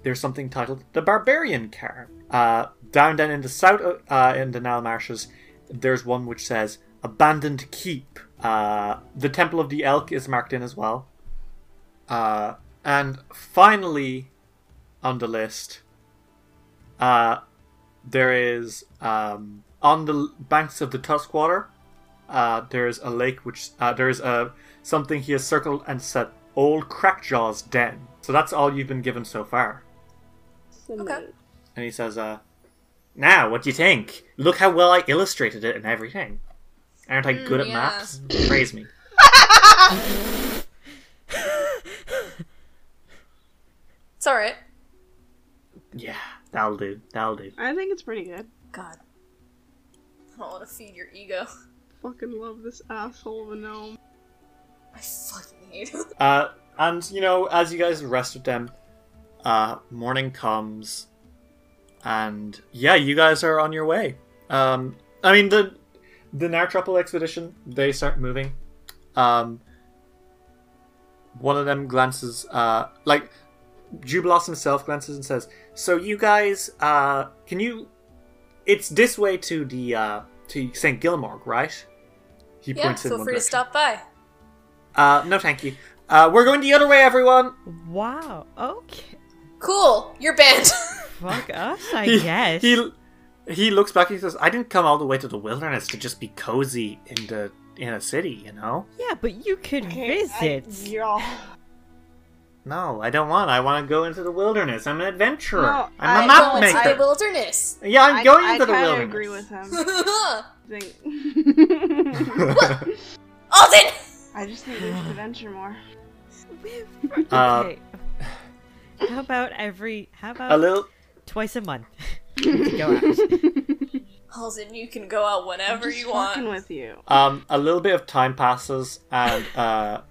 S1: there's something titled the Barbarian Car. Uh, down, down in the south, uh, in the Nile Marshes, there's one which says Abandoned Keep. Uh, the Temple of the Elk is marked in as well. Uh, and finally, on the list, uh, there is um, on the l- banks of the Tuskwater. Uh, there is a lake which uh, there is a something he has circled and said old crackjaw's den so that's all you've been given so far
S2: Okay.
S1: and he says uh now what do you think look how well i illustrated it and everything aren't i good at
S2: yeah.
S1: maps praise me
S2: It's alright.
S1: yeah that'll do that'll do
S3: I think it's pretty good.
S2: God. I don't want to feed your ego.
S3: Fucking love this asshole of a gnome.
S2: I fucking hate him.
S1: Uh, and you know, as you guys rest with them, uh, morning comes, and yeah, you guys are on your way. Um, I mean the the Nartropol expedition they start moving. Um, one of them glances, uh, like Jubilos himself glances and says, "So you guys, uh, can you? It's this way to the uh, to Saint Gilmorg, right?" He
S2: yeah, feel
S1: one
S2: free to
S1: direction.
S2: stop by.
S1: Uh, no, thank you. Uh, we're going the other way, everyone.
S4: wow. Okay.
S2: Cool. You're banned.
S4: Fuck us, I
S1: he,
S4: guess.
S1: he he looks back. He says, "I didn't come all the way to the wilderness to just be cozy in the in a city, you know.
S4: Yeah, but you could
S3: I-
S4: visit.
S3: y'all.
S1: No, I don't want. I want to go into the wilderness. I'm an adventurer.
S3: No,
S1: I'm a
S3: I
S1: map
S2: Go into the
S1: maker.
S2: wilderness.
S1: yeah, I'm going
S3: I,
S1: into the
S3: I kinda
S1: wilderness.
S3: agree with him.
S2: Alden!
S3: I think. I just think we should adventure more.
S1: Uh,
S4: okay. How about every? How about
S1: a little.
S4: twice a month? to go out.
S2: Alden, you can go out whenever
S3: Just
S2: you
S3: fucking
S2: want.
S3: with you.
S1: Um, a little bit of time passes, and uh,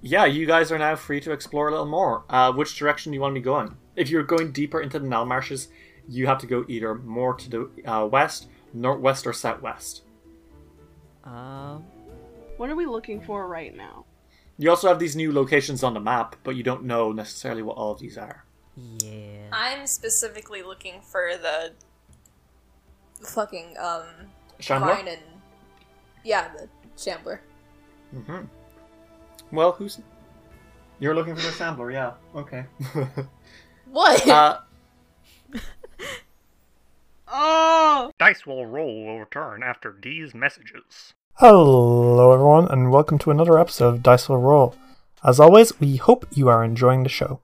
S1: yeah, you guys are now free to explore a little more. Uh, which direction do you want to be going? If you're going deeper into the Nile Marshes, you have to go either more to the uh, west, northwest, or southwest.
S4: um,
S3: What are we looking for right now?
S1: You also have these new locations on the map, but you don't know necessarily what all of these are.
S4: yeah.
S2: I'm specifically looking for the fucking um
S1: Shamla?
S2: vine and yeah, the Shambler.
S1: Mm-hmm. Well, who's. You're looking for the Sandler, yeah. Okay.
S2: What?
S1: uh,
S3: Oh!
S5: Dice will roll will return after these messages.
S6: Hello, everyone, and welcome to another episode of Dice Will Roll. As always, we hope you are enjoying the show.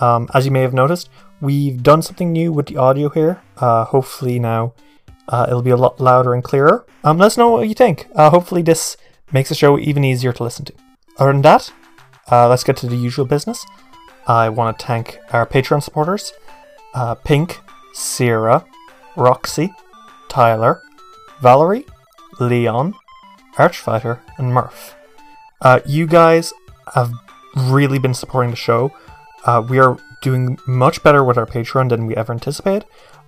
S6: Um, as you may have noticed, we've done something new with the audio here. Uh, hopefully, now uh, it'll be a lot louder and clearer. Um, let us know what you think. Uh, hopefully, this makes the show even easier to listen to. Other than that, uh, let's get to the usual business. I want to thank our Patreon supporters uh, Pink, Sierra, Roxy, Tyler, Valerie, Leon, Archfighter, and Murph. Uh, you guys have really been supporting the show. Uh, we are doing much better with our Patreon than we ever anticipated.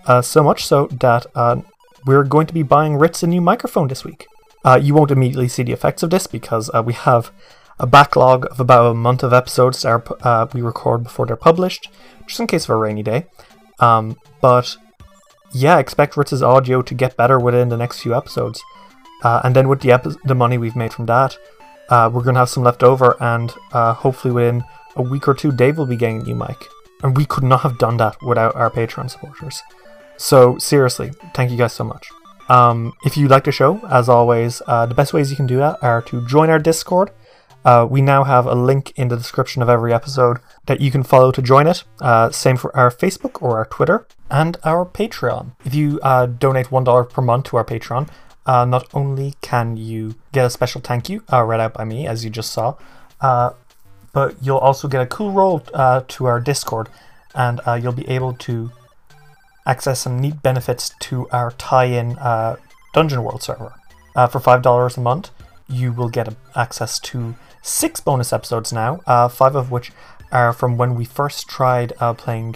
S6: Uh, so much so that uh, we're going to be buying Ritz a new microphone this week. Uh, you won't immediately see the effects of this because uh, we have a backlog of about a month of episodes that are, pu- uh, we record before they're published, just in case of a rainy day. Um, but yeah, expect Ritz's audio to get better within the next few episodes. Uh, and then with the epi- the money we've made from that, uh, we're gonna have some left over, and uh, hopefully within a week or two, Dave will be getting a new mic. And we could not have done that without our Patreon supporters. So seriously, thank you guys so much. Um, if you like the show, as always, uh, the best ways you can do that are to join our Discord. Uh, we now have a link in the description of every episode that you can follow to join it. Uh, same for our Facebook or our Twitter and our Patreon. If you uh, donate $1 per month to our Patreon, uh, not only can you get a special thank you uh, read out by me, as you just saw, uh, but you'll also get a cool role uh, to our Discord and uh, you'll be able to access some neat benefits to our tie-in uh, Dungeon World server. Uh, for five dollars a month, you will get a- access to six bonus episodes now, uh, five of which are from when we first tried uh, playing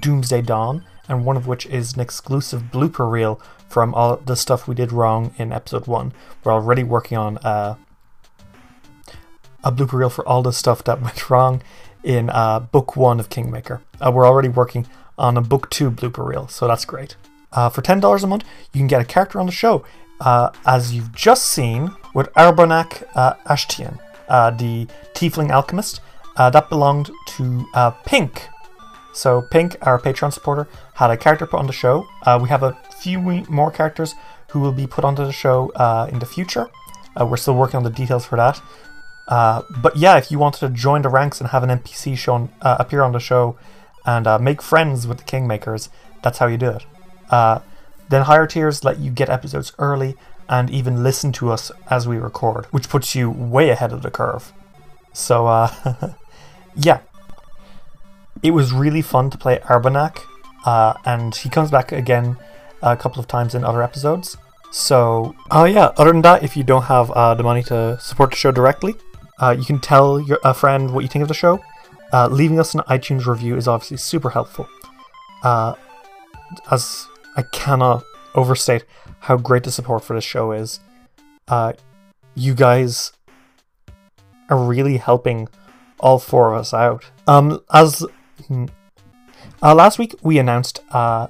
S6: Doomsday Dawn, and one of which is an exclusive blooper reel from all the stuff we did wrong in episode one. We're already working on uh, a blooper reel for all the stuff that went wrong in uh, book one of Kingmaker. Uh, we're already working on a book two blooper reel, so that's great. Uh, for ten dollars a month, you can get a character on the show, uh, as you've just seen with Arbonak uh, Ashtian, uh, the Tiefling alchemist. Uh, that belonged to uh, Pink, so Pink, our Patreon supporter, had a character put on the show. Uh, we have a few we- more characters who will be put onto the show uh, in the future. Uh, we're still working on the details for that. Uh, but yeah, if you wanted to join the ranks and have an NPC shown uh, appear on the show and uh, make friends with the Kingmakers, that's how you do it. Uh, then higher tiers let you get episodes early and even listen to us as we record, which puts you way ahead of the curve. So uh, yeah, it was really fun to play Arbanak, uh, and he comes back again a couple of times in other episodes. So, oh yeah, other than that, if you don't have uh, the money to support the show directly, uh, you can tell your, a friend what you think of the show. Uh, leaving us an iTunes review is obviously super helpful. Uh, as I cannot overstate how great the support for this show is. Uh, you guys are really helping all four of us out. Um, as Hmm. Uh, last week, we announced uh,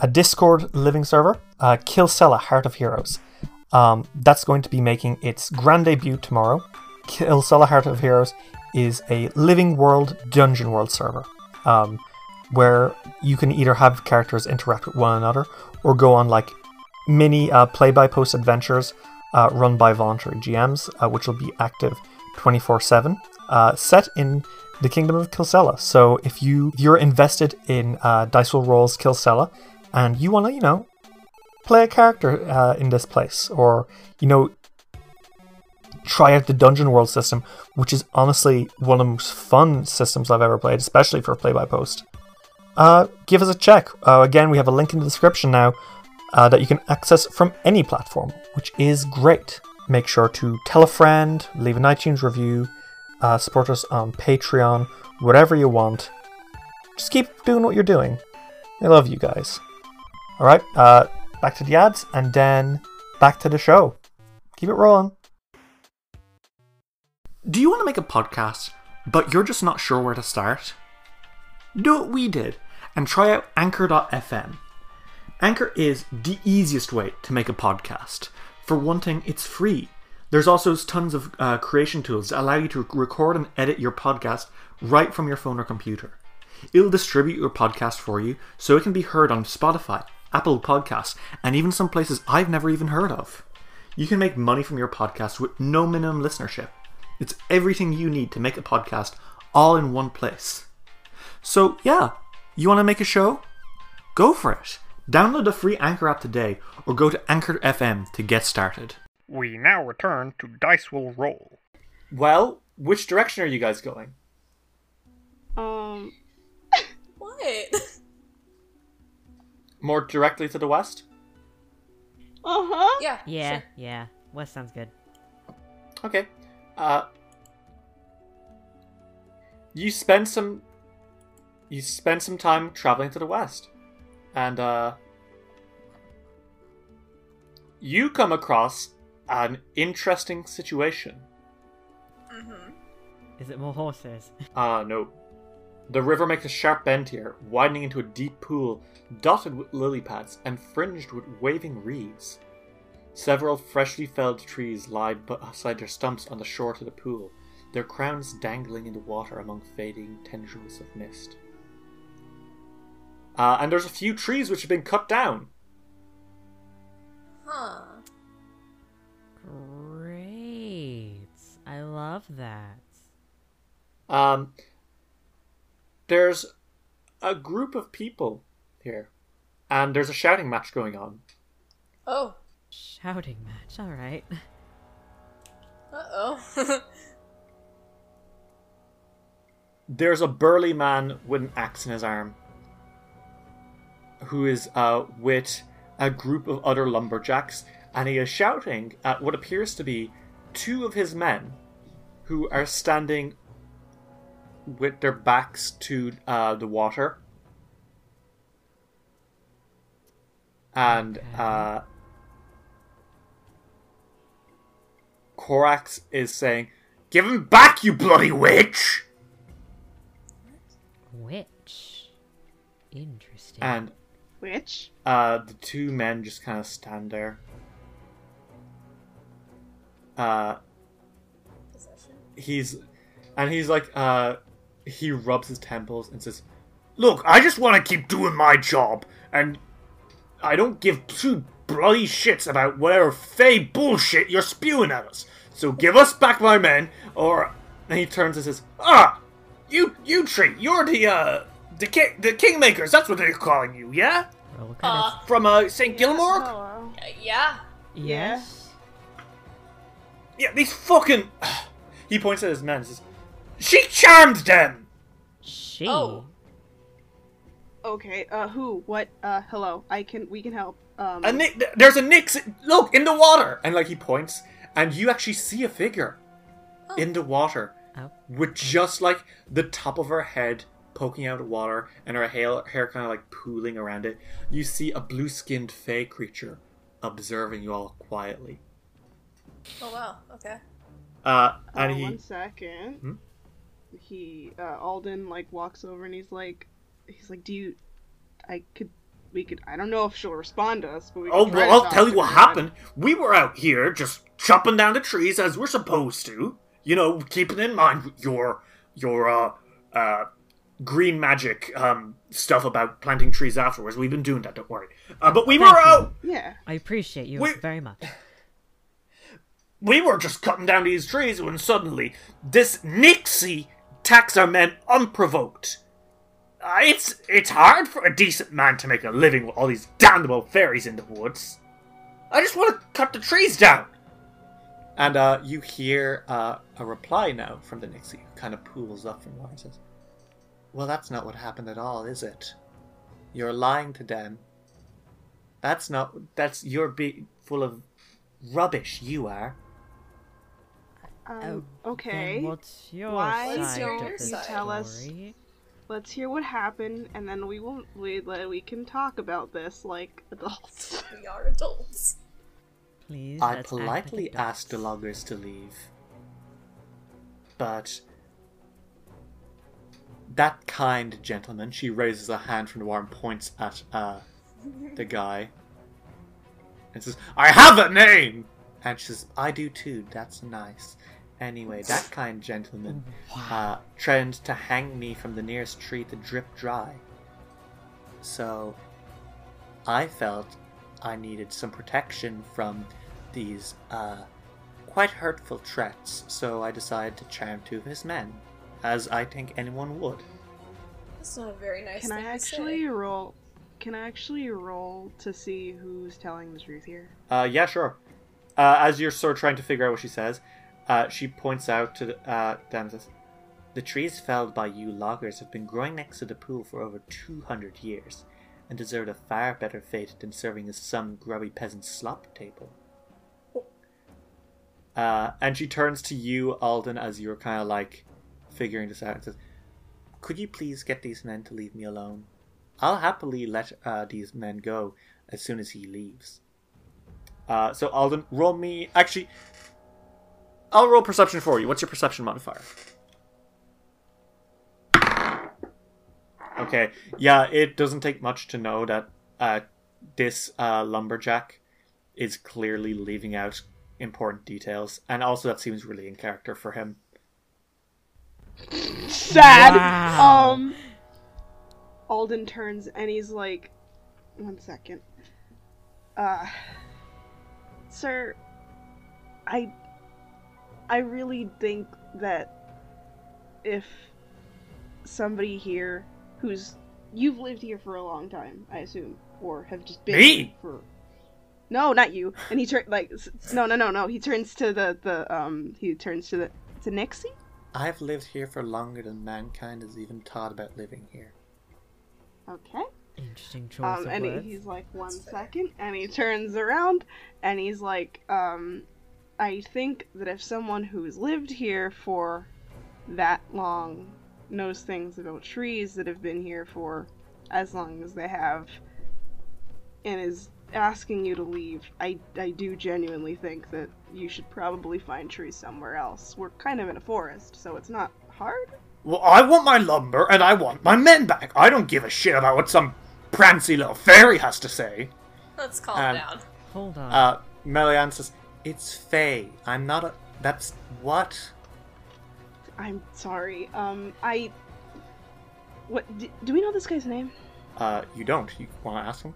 S6: a Discord living server, uh, Killcella Heart of Heroes. Um, that's going to be making its grand debut tomorrow. Killcella Heart of Heroes is a living world dungeon world server um, where you can either have characters interact with one another or go on like mini uh, play by post adventures uh, run by voluntary GMs, uh, which will be active 24 7, uh, set in the kingdom of Kilsella. So if, you, if you're invested in uh, Dice Roll Rolls Kilsella and you want to, you know, play a character uh, in this place or, you know, try out the dungeon world system, which is honestly one of the most fun systems I've ever played, especially for play by post. Uh, give us a check. Uh, again, we have a link in the description now uh, that you can access from any platform, which is great. Make sure to tell a friend, leave an iTunes review, uh, support us on Patreon, whatever you want. Just keep doing what you're doing. I love you guys. All right, uh, back to the ads and then back to the show. Keep it rolling.
S1: Do you want to make a podcast, but you're just not sure where to start? Do what we did and try out Anchor.fm. Anchor is the easiest way to make a podcast. For one thing, it's free.
S6: There's also tons of uh, creation tools that allow you to record and edit your podcast right from your phone or computer. It'll distribute your podcast for you so it can be heard on Spotify, Apple Podcasts, and even some places I've never even heard of. You can make money from your podcast with no minimum listenership. It's everything you need to make a podcast all in one place. So, yeah, you want to make a show? Go for it. Download the free Anchor app today or go to Anchor FM to get started.
S7: We now return to Dice Will Roll.
S6: Well, which direction are you guys going?
S3: Um,
S2: What?
S6: More directly to the west?
S3: uh huh.
S2: yeah.
S4: Yeah,
S2: sure.
S4: yeah. West sounds good.
S6: Okay. Uh You spend some you spend some time traveling to the west. And uh you come across an interesting situation.
S4: Is it more horses?
S6: Ah, no. The river makes a sharp bend here, widening into a deep pool dotted with lily pads and fringed with waving reeds. Several freshly felled trees lie beside their stumps on the shore to the pool, their crowns dangling in the water among fading tendrils of mist. Uh, and there's a few trees which have been cut down.
S2: Huh.
S4: Great. I love that.
S6: Um, there's a group of people here, and there's a shouting match going on.
S2: Oh.
S4: Shouting match. All right.
S2: Uh oh.
S6: there's a burly man with an axe in his arm who is uh, with a group of other lumberjacks and he is shouting at what appears to be two of his men who are standing with their backs to uh, the water and uh, korax is saying give him back you bloody witch
S4: Which? Interesting.
S6: and
S3: Which?
S6: Uh, the two men just kind of stand there. Uh, he's, and he's like, uh, he rubs his temples and says, "Look, I just want to keep doing my job, and I don't give two bloody shits about whatever fey bullshit you're spewing at us. So give us back my men, or." And he turns and says, "Ah, you, you tree, you're the uh, the ki- the kingmakers. That's what they're calling you, yeah."
S4: Roll credits.
S6: from uh, St. Gilmore?
S3: Hello.
S2: Uh, yeah.
S4: yes.
S6: Yeah, these fucking. he points at his men and says, She charmed them!
S4: She.
S2: Oh.
S3: Okay. Uh, who? What? Uh, hello. I can. We can help. Um.
S6: A ni- th- there's a Nix. Look, in the water! And like he points, and you actually see a figure in the water
S4: Oh.
S6: with just like the top of her head poking out of water and her hair, hair kind of like pooling around it. You see a blue skinned fey creature observing you all quietly.
S2: Oh wow. Okay.
S6: Uh,
S3: uh,
S6: and he.
S3: One second.
S6: Hmm?
S3: He. Uh, Alden like walks over and he's like, he's like, do you? I could. We could. I don't know if she'll respond to us, but we.
S6: Oh,
S3: can try
S6: well,
S3: to
S6: I'll
S3: talk
S6: tell
S3: to
S6: you what
S3: her."
S6: happened. We were out here just chopping down the trees as we're supposed to. You know, keeping in mind your your uh uh green magic um stuff about planting trees afterwards. We've been doing that, don't worry. Uh, but we were
S4: Thank you.
S6: out
S3: Yeah.
S4: I appreciate you
S6: We-
S4: very much.
S6: we were just cutting down these trees when suddenly this Nixie attacks our men unprovoked. Uh, it's it's hard for a decent man to make a living with all these damnable fairies in the woods. I just want to cut the trees down. And uh, you hear uh, a reply now from the Nixie, who kind of pools up from Lauren and says, "Well, that's not what happened at all, is it? You're lying to them. That's not. That's you're be full of rubbish. You are."
S3: Um,
S4: Oh,
S3: okay.
S4: Then what's your
S3: Why
S4: side
S2: don't
S4: of
S2: you
S4: the
S2: tell
S3: us-
S4: story?
S3: Let's hear what happened, and then we will. We like, we can talk about this like adults.
S2: We are adults.
S4: Please.
S6: I
S4: let's act like
S6: politely asked the
S4: adults.
S6: loggers to leave. But that kind gentleman, she raises a hand from the wall and points at uh, the guy and says, I have a name! And she says, I do too. That's nice. Anyway, that kind gentleman uh, threatened to hang me from the nearest tree to drip dry. So I felt I needed some protection from these uh, quite hurtful threats, so I decided to charm two of his men, as I think anyone would.
S2: That's not a very nice
S3: Can I
S2: thing to say.
S3: actually roll? Can I actually roll to see who's telling the truth here?
S6: Uh, yeah, sure. Uh, as you're sort of trying to figure out what she says, uh, she points out to the, uh, them says, "The trees felled by you loggers have been growing next to the pool for over two hundred years, and deserved a far better fate than serving as some grubby peasant's slop table." Uh, and she turns to you, Alden, as you're kind of like figuring this out, and says, "Could you please get these men to leave me alone? I'll happily let uh, these men go as soon as he leaves." Uh, so Alden, roll me. Actually, I'll roll perception for you. What's your perception modifier? Okay. Yeah, it doesn't take much to know that uh, this uh, lumberjack is clearly leaving out important details, and also that seems really in character for him.
S3: Sad.
S4: Wow.
S3: Um. Alden turns and he's like, "One second, uh, sir, I, I really think that if somebody here who's you've lived here for a long time, I assume, or have just been
S6: Me?
S3: here for." No, not you. And he turns like s- no, no, no, no. He turns to the the um. He turns to the to Nixie.
S6: I've lived here for longer than mankind has even thought about living here.
S3: Okay.
S4: Interesting choice
S3: Um,
S4: of
S3: and he,
S4: words.
S3: he's like, one
S2: That's fair.
S3: second, and he turns around, and he's like, um, I think that if someone who's lived here for that long knows things about trees that have been here for as long as they have, and is asking you to leave, I, I do genuinely think that you should probably find trees somewhere else. We're kind of in a forest, so it's not hard.
S6: Well, I want my lumber and I want my men back. I don't give a shit about what some prancy little fairy has to say.
S2: Let's calm
S6: Um,
S2: down.
S4: Hold on.
S6: Uh, Melian says, "It's Faye. I'm not a. That's what."
S3: I'm sorry. Um, I. What do, do we know this guy's name?
S6: Uh, you don't. You want to ask him?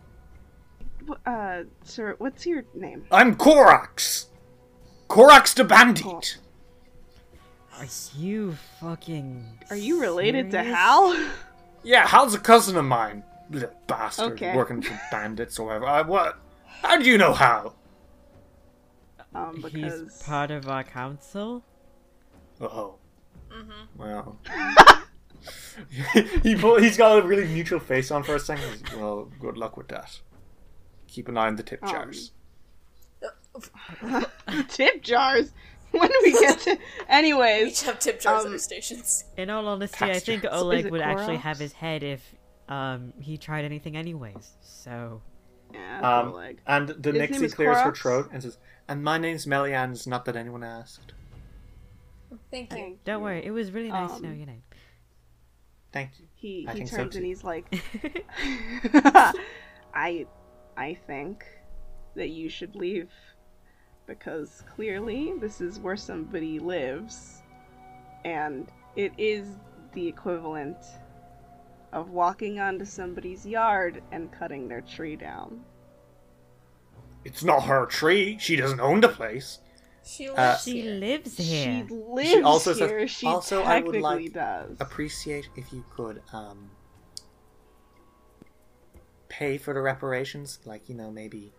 S3: Wh- Uh, sir, what's your name?
S6: I'm Korax. Korax the bandit.
S3: Cor-
S4: Are you fucking?
S3: Are you related to
S4: serious?
S3: Hal?
S6: Yeah, how's a cousin of mine, little bastard,
S3: Okay.
S6: working for bandits or whatever. I, what? How do you know how?
S3: Um, because
S4: He's part of our council.
S6: Oh. Well. he pull, he's got a really neutral face on for a second. He's- Well, good luck with that. Keep an eye on the tip
S3: Um,
S6: jars.
S3: tip jars. When do we get to,
S2: We
S3: anyways,
S2: should have tip jars at
S3: um,
S2: our stations.
S4: In all honesty, I
S6: Pastor.
S4: think
S6: Is
S4: Oleg
S3: it
S4: would actually
S3: Koroks?
S4: have his head if um, he tried anything, anyways. So
S3: yeah,
S6: Um,
S3: Oleg.
S6: and the
S3: His name
S6: Nixie
S3: is
S6: clears her
S3: Korax?
S6: throat and says, "And my name's Melian. It's not that anyone asked.
S2: Thank you.
S3: Thank
S4: don't
S3: you.
S4: worry. It was really nice to know
S3: Um,
S4: your name.
S6: Thank you."
S3: He
S6: I
S3: he
S6: think so,
S3: turns
S6: too.
S3: and he's like, I I think that you should leave because clearly this is where somebody lives and it is the equivalent of walking onto somebody's yard and cutting their tree down.
S6: It's not her tree. She doesn't own the place.
S2: She
S6: Uh,
S2: lives
S4: she
S2: here.
S4: lives
S3: She
S4: here.
S3: lives
S6: also says,
S3: here. she
S6: "Also, I would
S3: technically
S6: like
S3: does.
S6: Appreciate if you could um pay for the reparations, like you know maybe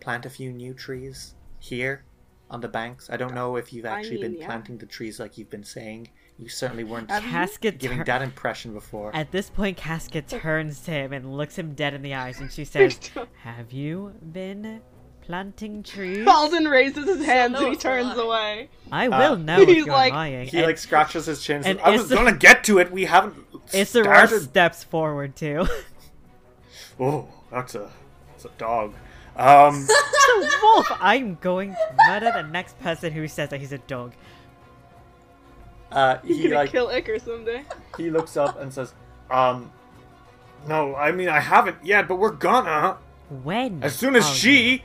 S6: plant a few new trees here on the banks. I don't know if you've
S3: I
S6: actually
S3: mean,
S6: been
S3: yeah.
S6: planting the trees like you've been saying. You certainly weren't
S3: Have you?
S4: Casket
S6: giving
S4: tur-
S6: that impression before.
S4: At this point, Casket turns to him and looks him dead in the eyes, and she says,
S3: don't-
S4: "Have you been planting trees?
S3: Alden raises his hands
S2: know
S3: and he
S2: it's a
S3: turns
S2: lie.
S3: away.
S4: I will
S6: Uh,
S4: know if
S3: He's
S4: you're
S3: like-
S4: lying."
S6: he
S4: And
S6: like scratches his chin. And
S4: and
S6: says, I
S4: it's
S6: was
S4: the-
S6: gonna get to it. We haven't.
S4: Issaros
S6: started."
S4: steps forward too.
S6: Oh, that's a that's a dog. Um,
S4: the wolf. I'm going to murder the next person who says that he's a dog.
S6: uh,
S3: He's
S6: he
S3: gonna
S6: like
S3: kill Icker someday.
S6: he looks up and says, um, no, I mean I haven't yet, but we're gonna
S4: When?
S6: as soon as
S4: are you?
S6: she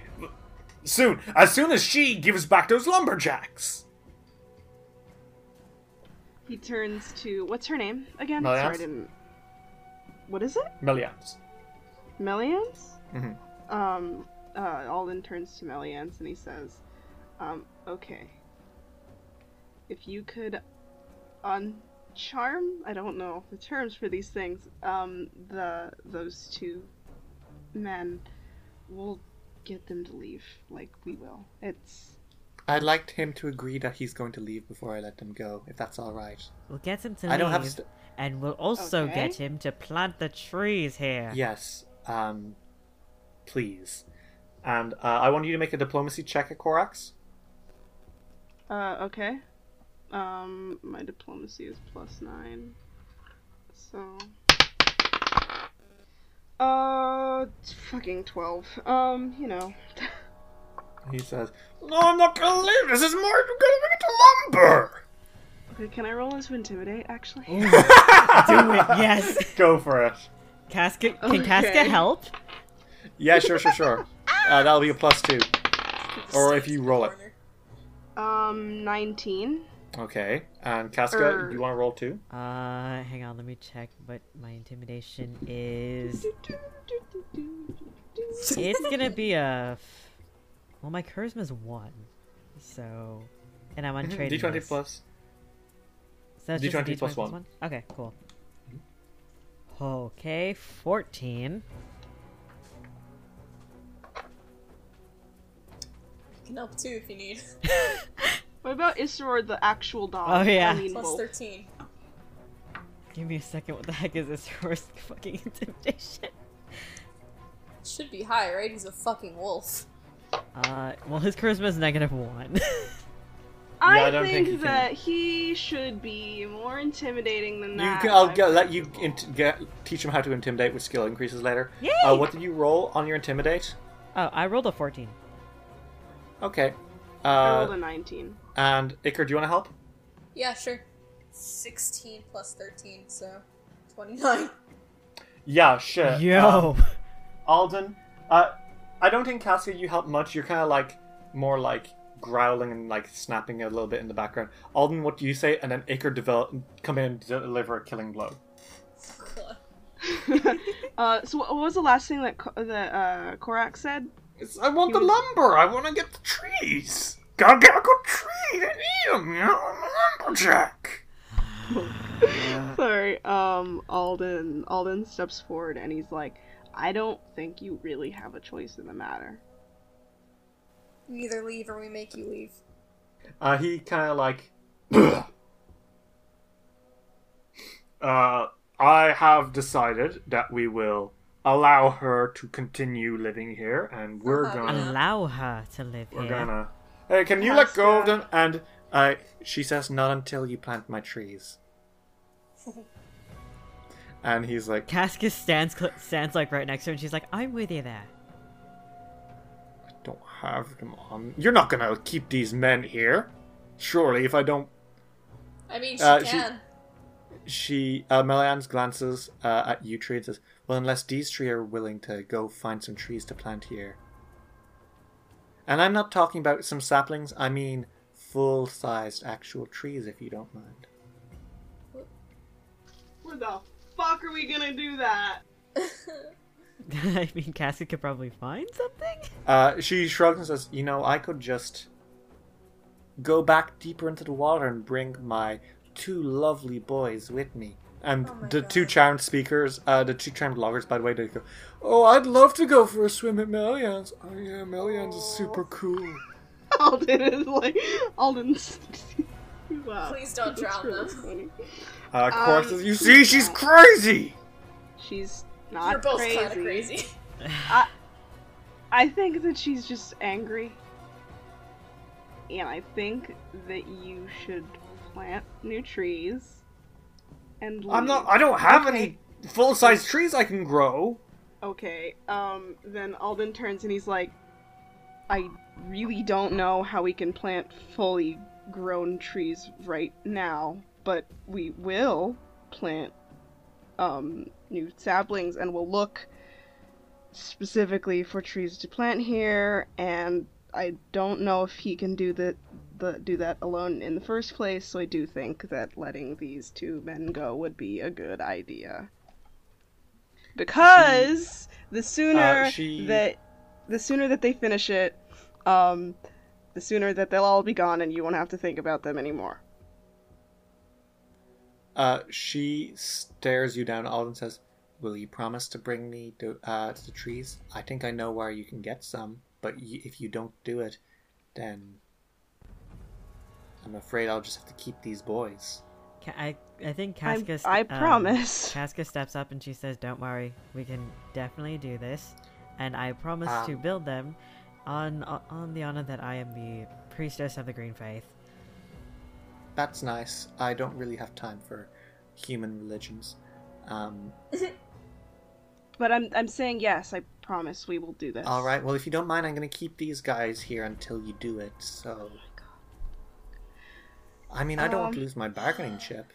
S6: soon. As soon as she gives back those lumberjacks.
S3: He turns to what's her name again?
S6: Melians?
S3: Sorry, I didn't. What is it?
S6: Melians.
S3: Melians?
S6: Mhm.
S3: Um, uh, Alden turns to Melians and he says, um, okay. If you could uncharm, I don't know the terms for these things, um, the, those two men, we'll get them to leave, like we will. It's,
S6: I'd like him to agree that he's going to leave before I let them go, if that's all right.
S4: We'll get him to
S6: I
S4: leave,
S6: don't have st-
S4: and we'll also
S3: Okay.
S4: get him to plant the trees here.
S6: Yes, um, please. And uh, I want you to make a diplomacy check at Korax.
S3: uh, okay. Um, my diplomacy is plus nine, so... Uh, fucking 12. Um, you know.
S6: He says, "No, I'm not gonna leave. This is more. We're gonna make it to lumber."
S3: Okay, can I roll as to intimidate, actually?
S4: Do it, yes.
S6: Go for it.
S4: Casca, can Casca
S3: Okay.
S4: help?
S6: Yeah, sure, sure, sure. Uh, that'll be a plus two. Or if you roll it.
S3: Um, 19.
S6: Okay. And Casca,
S3: Er.
S6: you want to roll two?
S4: Uh, hang on, let me check what my intimidation is. it's gonna be a. Well, my charisma's one, so, and I'm on
S6: Mhm,
S4: trading.
S6: D20
S4: list.
S6: plus.
S4: So it's just a
S6: D20 plus
S4: D20 plus
S6: one. Mm-hmm.
S4: one? Okay, cool. Okay, 14.
S2: You can help too if you need.
S3: What about Isror, the actual dog?
S4: Oh, yeah.
S3: I mean,
S2: Plus
S3: wolf.
S2: 13.
S4: Give me a second. What the heck is this horse fucking intimidation?
S2: Should be high, right? He's a fucking wolf.
S4: Uh, well, his charisma is negative one.
S3: I,
S6: Yeah, I don't
S3: think,
S6: think he
S3: that he should be more intimidating than
S6: You
S3: that.
S6: can, I'll
S3: I-
S6: get, let you int- get, teach him how to intimidate with skill increases later.
S4: Yay!
S6: Uh, what did you roll on your intimidate?
S4: oh, I rolled a 14.
S6: Okay.
S3: I rolled a
S6: Uh,
S3: 19.
S6: and Iker, do you want to help?
S2: Yeah, sure. 16 plus 13, so 29.
S6: Yeah, sure.
S4: Yo!
S6: uh, Alden, uh, I don't think Casca you help much. You're kind of like more like growling and like snapping a little bit in the background. Alden, what do you say? And then Iker develop come in and deliver a killing blow.
S2: God.
S3: uh, so what what was the last thing that Co- that uh, Korak said?
S6: It's, I want
S3: He
S6: the
S3: was-
S6: lumber. I want to get the trees. Gotta get a good tree to eat 'em, You know, I'm a lumberjack.
S3: Sorry. Um, Alden Alden steps forward and he's like, "I don't think you really have a choice in the matter."
S2: You either leave or we make you leave.
S6: Uh, he kind of like. uh, I have decided that we will allow her to continue living here, and we're
S2: Uh-huh.
S6: gonna.
S4: Allow her to live
S6: We're
S4: here.
S6: gonna. Hey, can you let go of them?
S3: Casca.
S6: And uh, she says, "Not until you plant my trees." and he's like,
S4: Casca stands, cl- stands like right next to her and she's like, I'm with you there.
S6: "I don't have them on. You're not gonna keep these men here, surely. If I don't."
S2: I mean, she
S6: Uh, she-
S2: can.
S6: She uh, Melian's glances uh, at you tree and says, "Well, unless these three are willing to go find some trees to plant here." And I'm not talking about some saplings. I mean full-sized actual trees, if you don't mind.
S3: Where the fuck are we gonna do that?
S4: I mean, Casca could probably find something?
S6: Uh, she shrugs and says, "You know, I could just go back deeper into the water and bring my two lovely boys with me." And
S2: Oh my
S6: the
S2: God.
S6: two charmed speakers, uh, the two charmed loggers, by the way, they go, "Oh, I'd love to go for a swim at Melian's. Oh yeah, Melian's is super cool."
S3: Alden is like Alden's. wow.
S2: Please don't
S3: That's
S2: drown
S3: uh, really
S2: them.
S3: funny.
S6: Uh, Quark
S3: Um,
S6: says, "You see, she's crazy."
S3: She's not
S2: You're both
S3: crazy.
S2: kind of crazy.
S3: I think that she's just angry. And I think that you should plant new trees. And leave.
S6: I'm not. I don't have any full-sized trees I can grow.
S3: Okay. Um. Then Alden turns and he's like, "I really don't know how we can plant fully grown trees right now, but we will plant um new saplings and we'll look specifically for trees to plant here and I don't know if he can do the, the do that alone in the first place, so I do think that letting these two men go would be a good idea. Because the sooner
S6: Uh, she-
S3: that the sooner that they finish it, um, the sooner that they'll all be gone and you won't have to think about them anymore.
S6: Uh, she stares you down, Alden says, Will you promise to bring me to, uh, to the trees? I think I know where you can get some, but y- if you don't do it, then I'm afraid I'll just have to keep these boys.
S4: Ca- I, I think
S3: I-
S4: Casca.
S3: I promise.
S4: Casca steps up and she says, "Don't worry, we can definitely do this, and I promise
S6: Ah.
S4: to build them on on the honor that I am the priestess of the Green Faith."
S6: That's nice. I don't really have time for human religions. Um,
S3: But I'm I'm saying yes. I promise we will do this.
S6: all right, well, if you don't mind, I'm going to keep these guys here until you do it, so. I mean, I don't want to
S3: Um.
S6: lose my bargaining chip.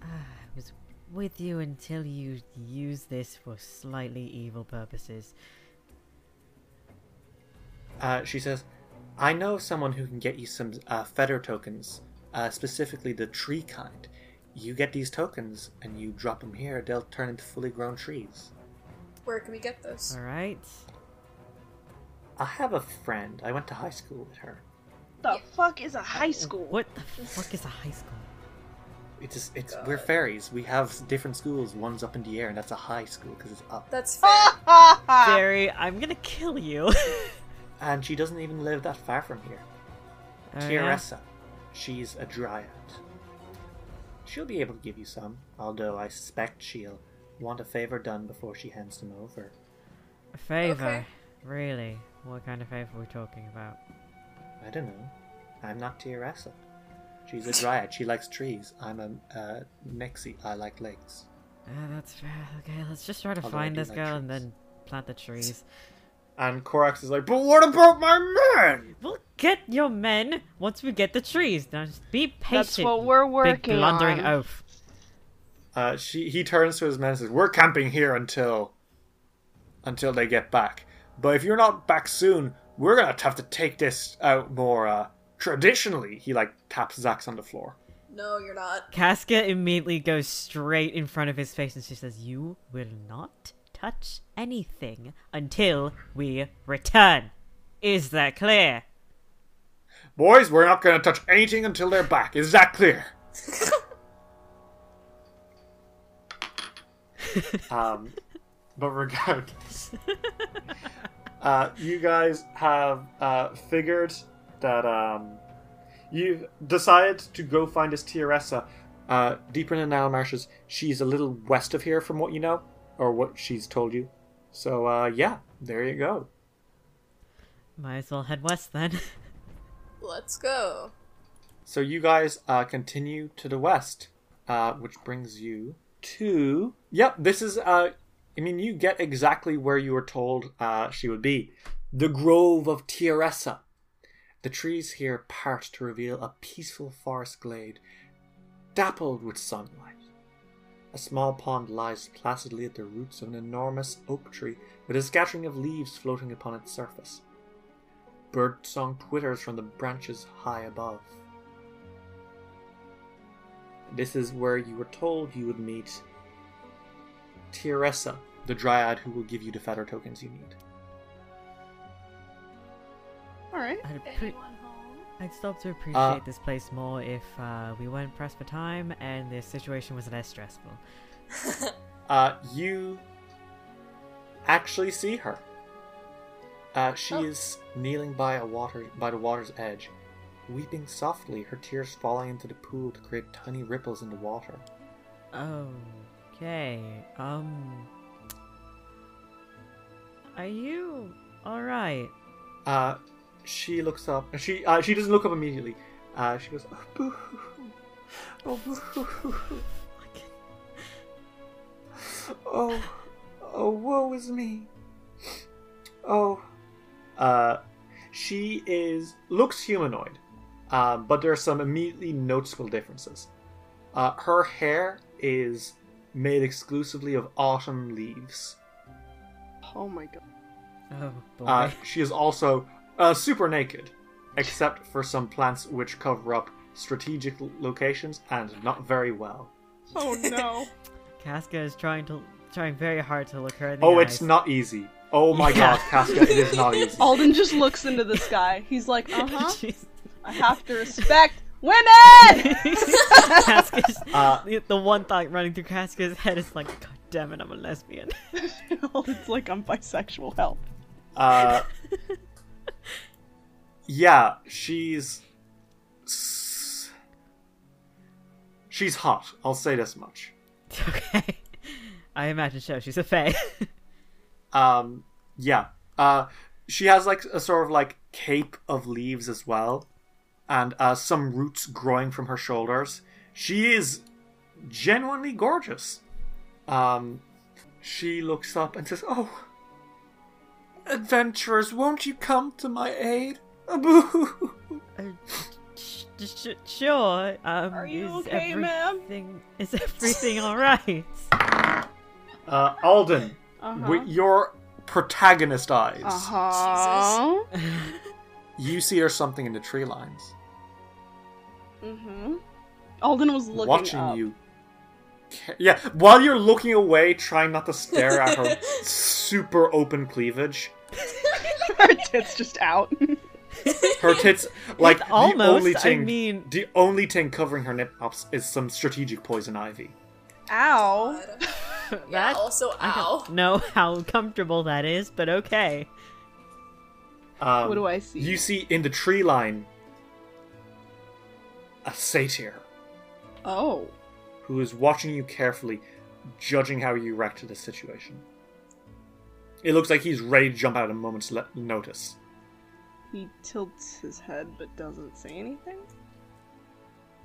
S4: I was with you until you use this for slightly evil purposes.
S6: Uh, she says, I know of someone who can get you some uh, feather tokens, uh, specifically the tree kind. You get these tokens and you drop them here, they'll turn into fully grown trees.
S2: Where can we get those?
S4: All right.
S6: I have a friend. I went to high school with her.
S3: The fuck is a high school?
S4: What the fuck is a high school?
S6: It's just, it's we're fairies. We have different schools. One's up in the air, and that's a high school because it's up.
S2: That's fair.
S3: Ah!
S4: Barry, I'm gonna kill you.
S6: And she doesn't even live that far from here.
S4: Oh, yeah?
S6: Tiaressa, she's a dryad. She'll be able to give you some, although I suspect she'll want a favor done before she hands them over.
S4: A favor,
S2: Okay.
S4: really? What kind of favor are we talking about?
S6: I don't know. I'm not Tiaressa. She's a dryad. She likes trees. I'm a uh, Mexi. I like lakes.
S4: Uh, that's fair. Okay, let's just try to
S6: Although I
S4: find
S6: do
S4: this
S6: like
S4: girl and
S6: trees.
S4: then plant the trees.
S6: And Korax is like, but what about my man?
S4: We'll get your men once we get the trees. Now just be patient.
S3: That's what
S4: you
S3: we're
S4: big
S3: working
S4: blundering
S3: on.
S4: oaf.
S6: Uh, she he turns to his men and says, "We're camping here until until they get back. But if you're not back soon, we're gonna have to take this out more uh, traditionally." He like taps Zax on the floor.
S2: No, you're not.
S4: Casca immediately goes straight in front of his face and she says, "You will not touch anything until we return." Is that clear?
S6: Boys, we're not gonna touch anything until they're back. Is that clear? um, but regardless, uh, you guys have uh, figured that um, you decided to go find this Tiaressa uh, deeper in the Nile marshes. She's a little west of here, from what you know, or what she's told you. So uh, yeah, there you go.
S4: Might as well head west then.
S2: Let's go.
S6: So you guys uh, continue to the west, uh, which brings you to. Yep, this is. Uh, I mean, you get exactly where you were told uh, she would be the Grove of Tiaressa. The trees here part to reveal a peaceful forest glade, dappled with sunlight. A small pond lies placidly at the roots of an enormous oak tree, with a scattering of leaves floating upon its surface. Birdsong twitters from the branches high above. This is where you were told you would meet Tiaressa, the dryad who will give you the feather tokens you need.
S3: All right.
S4: I'd, appre- I'd stop to appreciate
S6: Uh,
S4: this place more if uh, we weren't pressed for time and the situation was less stressful.
S6: Uh, you actually see her. Uh, she
S2: Oh.
S6: is kneeling by a water by the water's edge, weeping softly, her tears falling into the pool to create tiny ripples in the water.
S4: Okay. Um. Are you all right?
S6: Uh, she looks up. She uh, she doesn't look up immediately. Uh, she goes, oh, boo. Oh, boo. Oh, oh, woe is me. Oh. Uh, she is looks humanoid, um, but there are some immediately noticeable differences. Uh, her hair is made exclusively of autumn leaves.
S3: Oh my god.
S4: Oh boy.
S6: Uh, she is also uh, super naked, except for some plants which cover up strategic l- locations and not very well.
S3: Oh no.
S4: Casca is trying to trying very hard to look her in the
S6: Oh,
S4: eyes.
S6: it's not easy. Oh my
S4: Yeah.
S6: god, Casca, it is not easy.
S3: Alden just looks into the sky. He's like, uh huh.
S4: She's-
S3: I have to respect women!
S4: Casca's,
S6: Uh,
S4: the- the one thought running through Casca's head is like, God damn it, I'm a lesbian.
S3: Alden's like, I'm bisexual help.
S6: Uh, yeah, she's s- she's hot. I'll say this much.
S4: okay. I imagine so. She's a fae.
S6: Um, yeah. Uh, she has like a sort of like cape of leaves as well, and uh, some roots growing from her shoulders. She is genuinely gorgeous. Um, she looks up and says, "Oh, adventurers, won't you come to my aid?" Aboo.
S4: Uh, sh- sh- sure. Um,
S3: Are you
S4: is
S3: okay, ma'am?
S4: everything, Is everything alright?
S6: Uh, Alden,
S3: Uh
S6: with your protagonist eyes,
S3: Uh huh.
S6: you see her something in the tree lines,
S3: Mm hmm. Alden was looking
S6: watching
S3: up.
S6: you. Ca- Yeah, while you're looking away, trying not to stare at her super open cleavage.
S3: Her tits just out.
S6: Her tits, like
S4: With
S6: the
S4: almost,
S6: only
S4: I
S6: thing,
S4: mean-
S6: the only thing covering her nip ups is some strategic poison ivy.
S3: Ow.
S2: God. yeah,
S4: That-
S2: also,
S4: I
S2: ow.
S4: don't know how comfortable that is, but okay.
S6: Um,
S3: What do I see?
S6: You see in the tree line a satyr.
S3: Oh.
S6: who is watching you carefully, judging how you react to this situation. It looks like he's ready to jump out at a moment's le- notice.
S3: He tilts his head but doesn't say anything?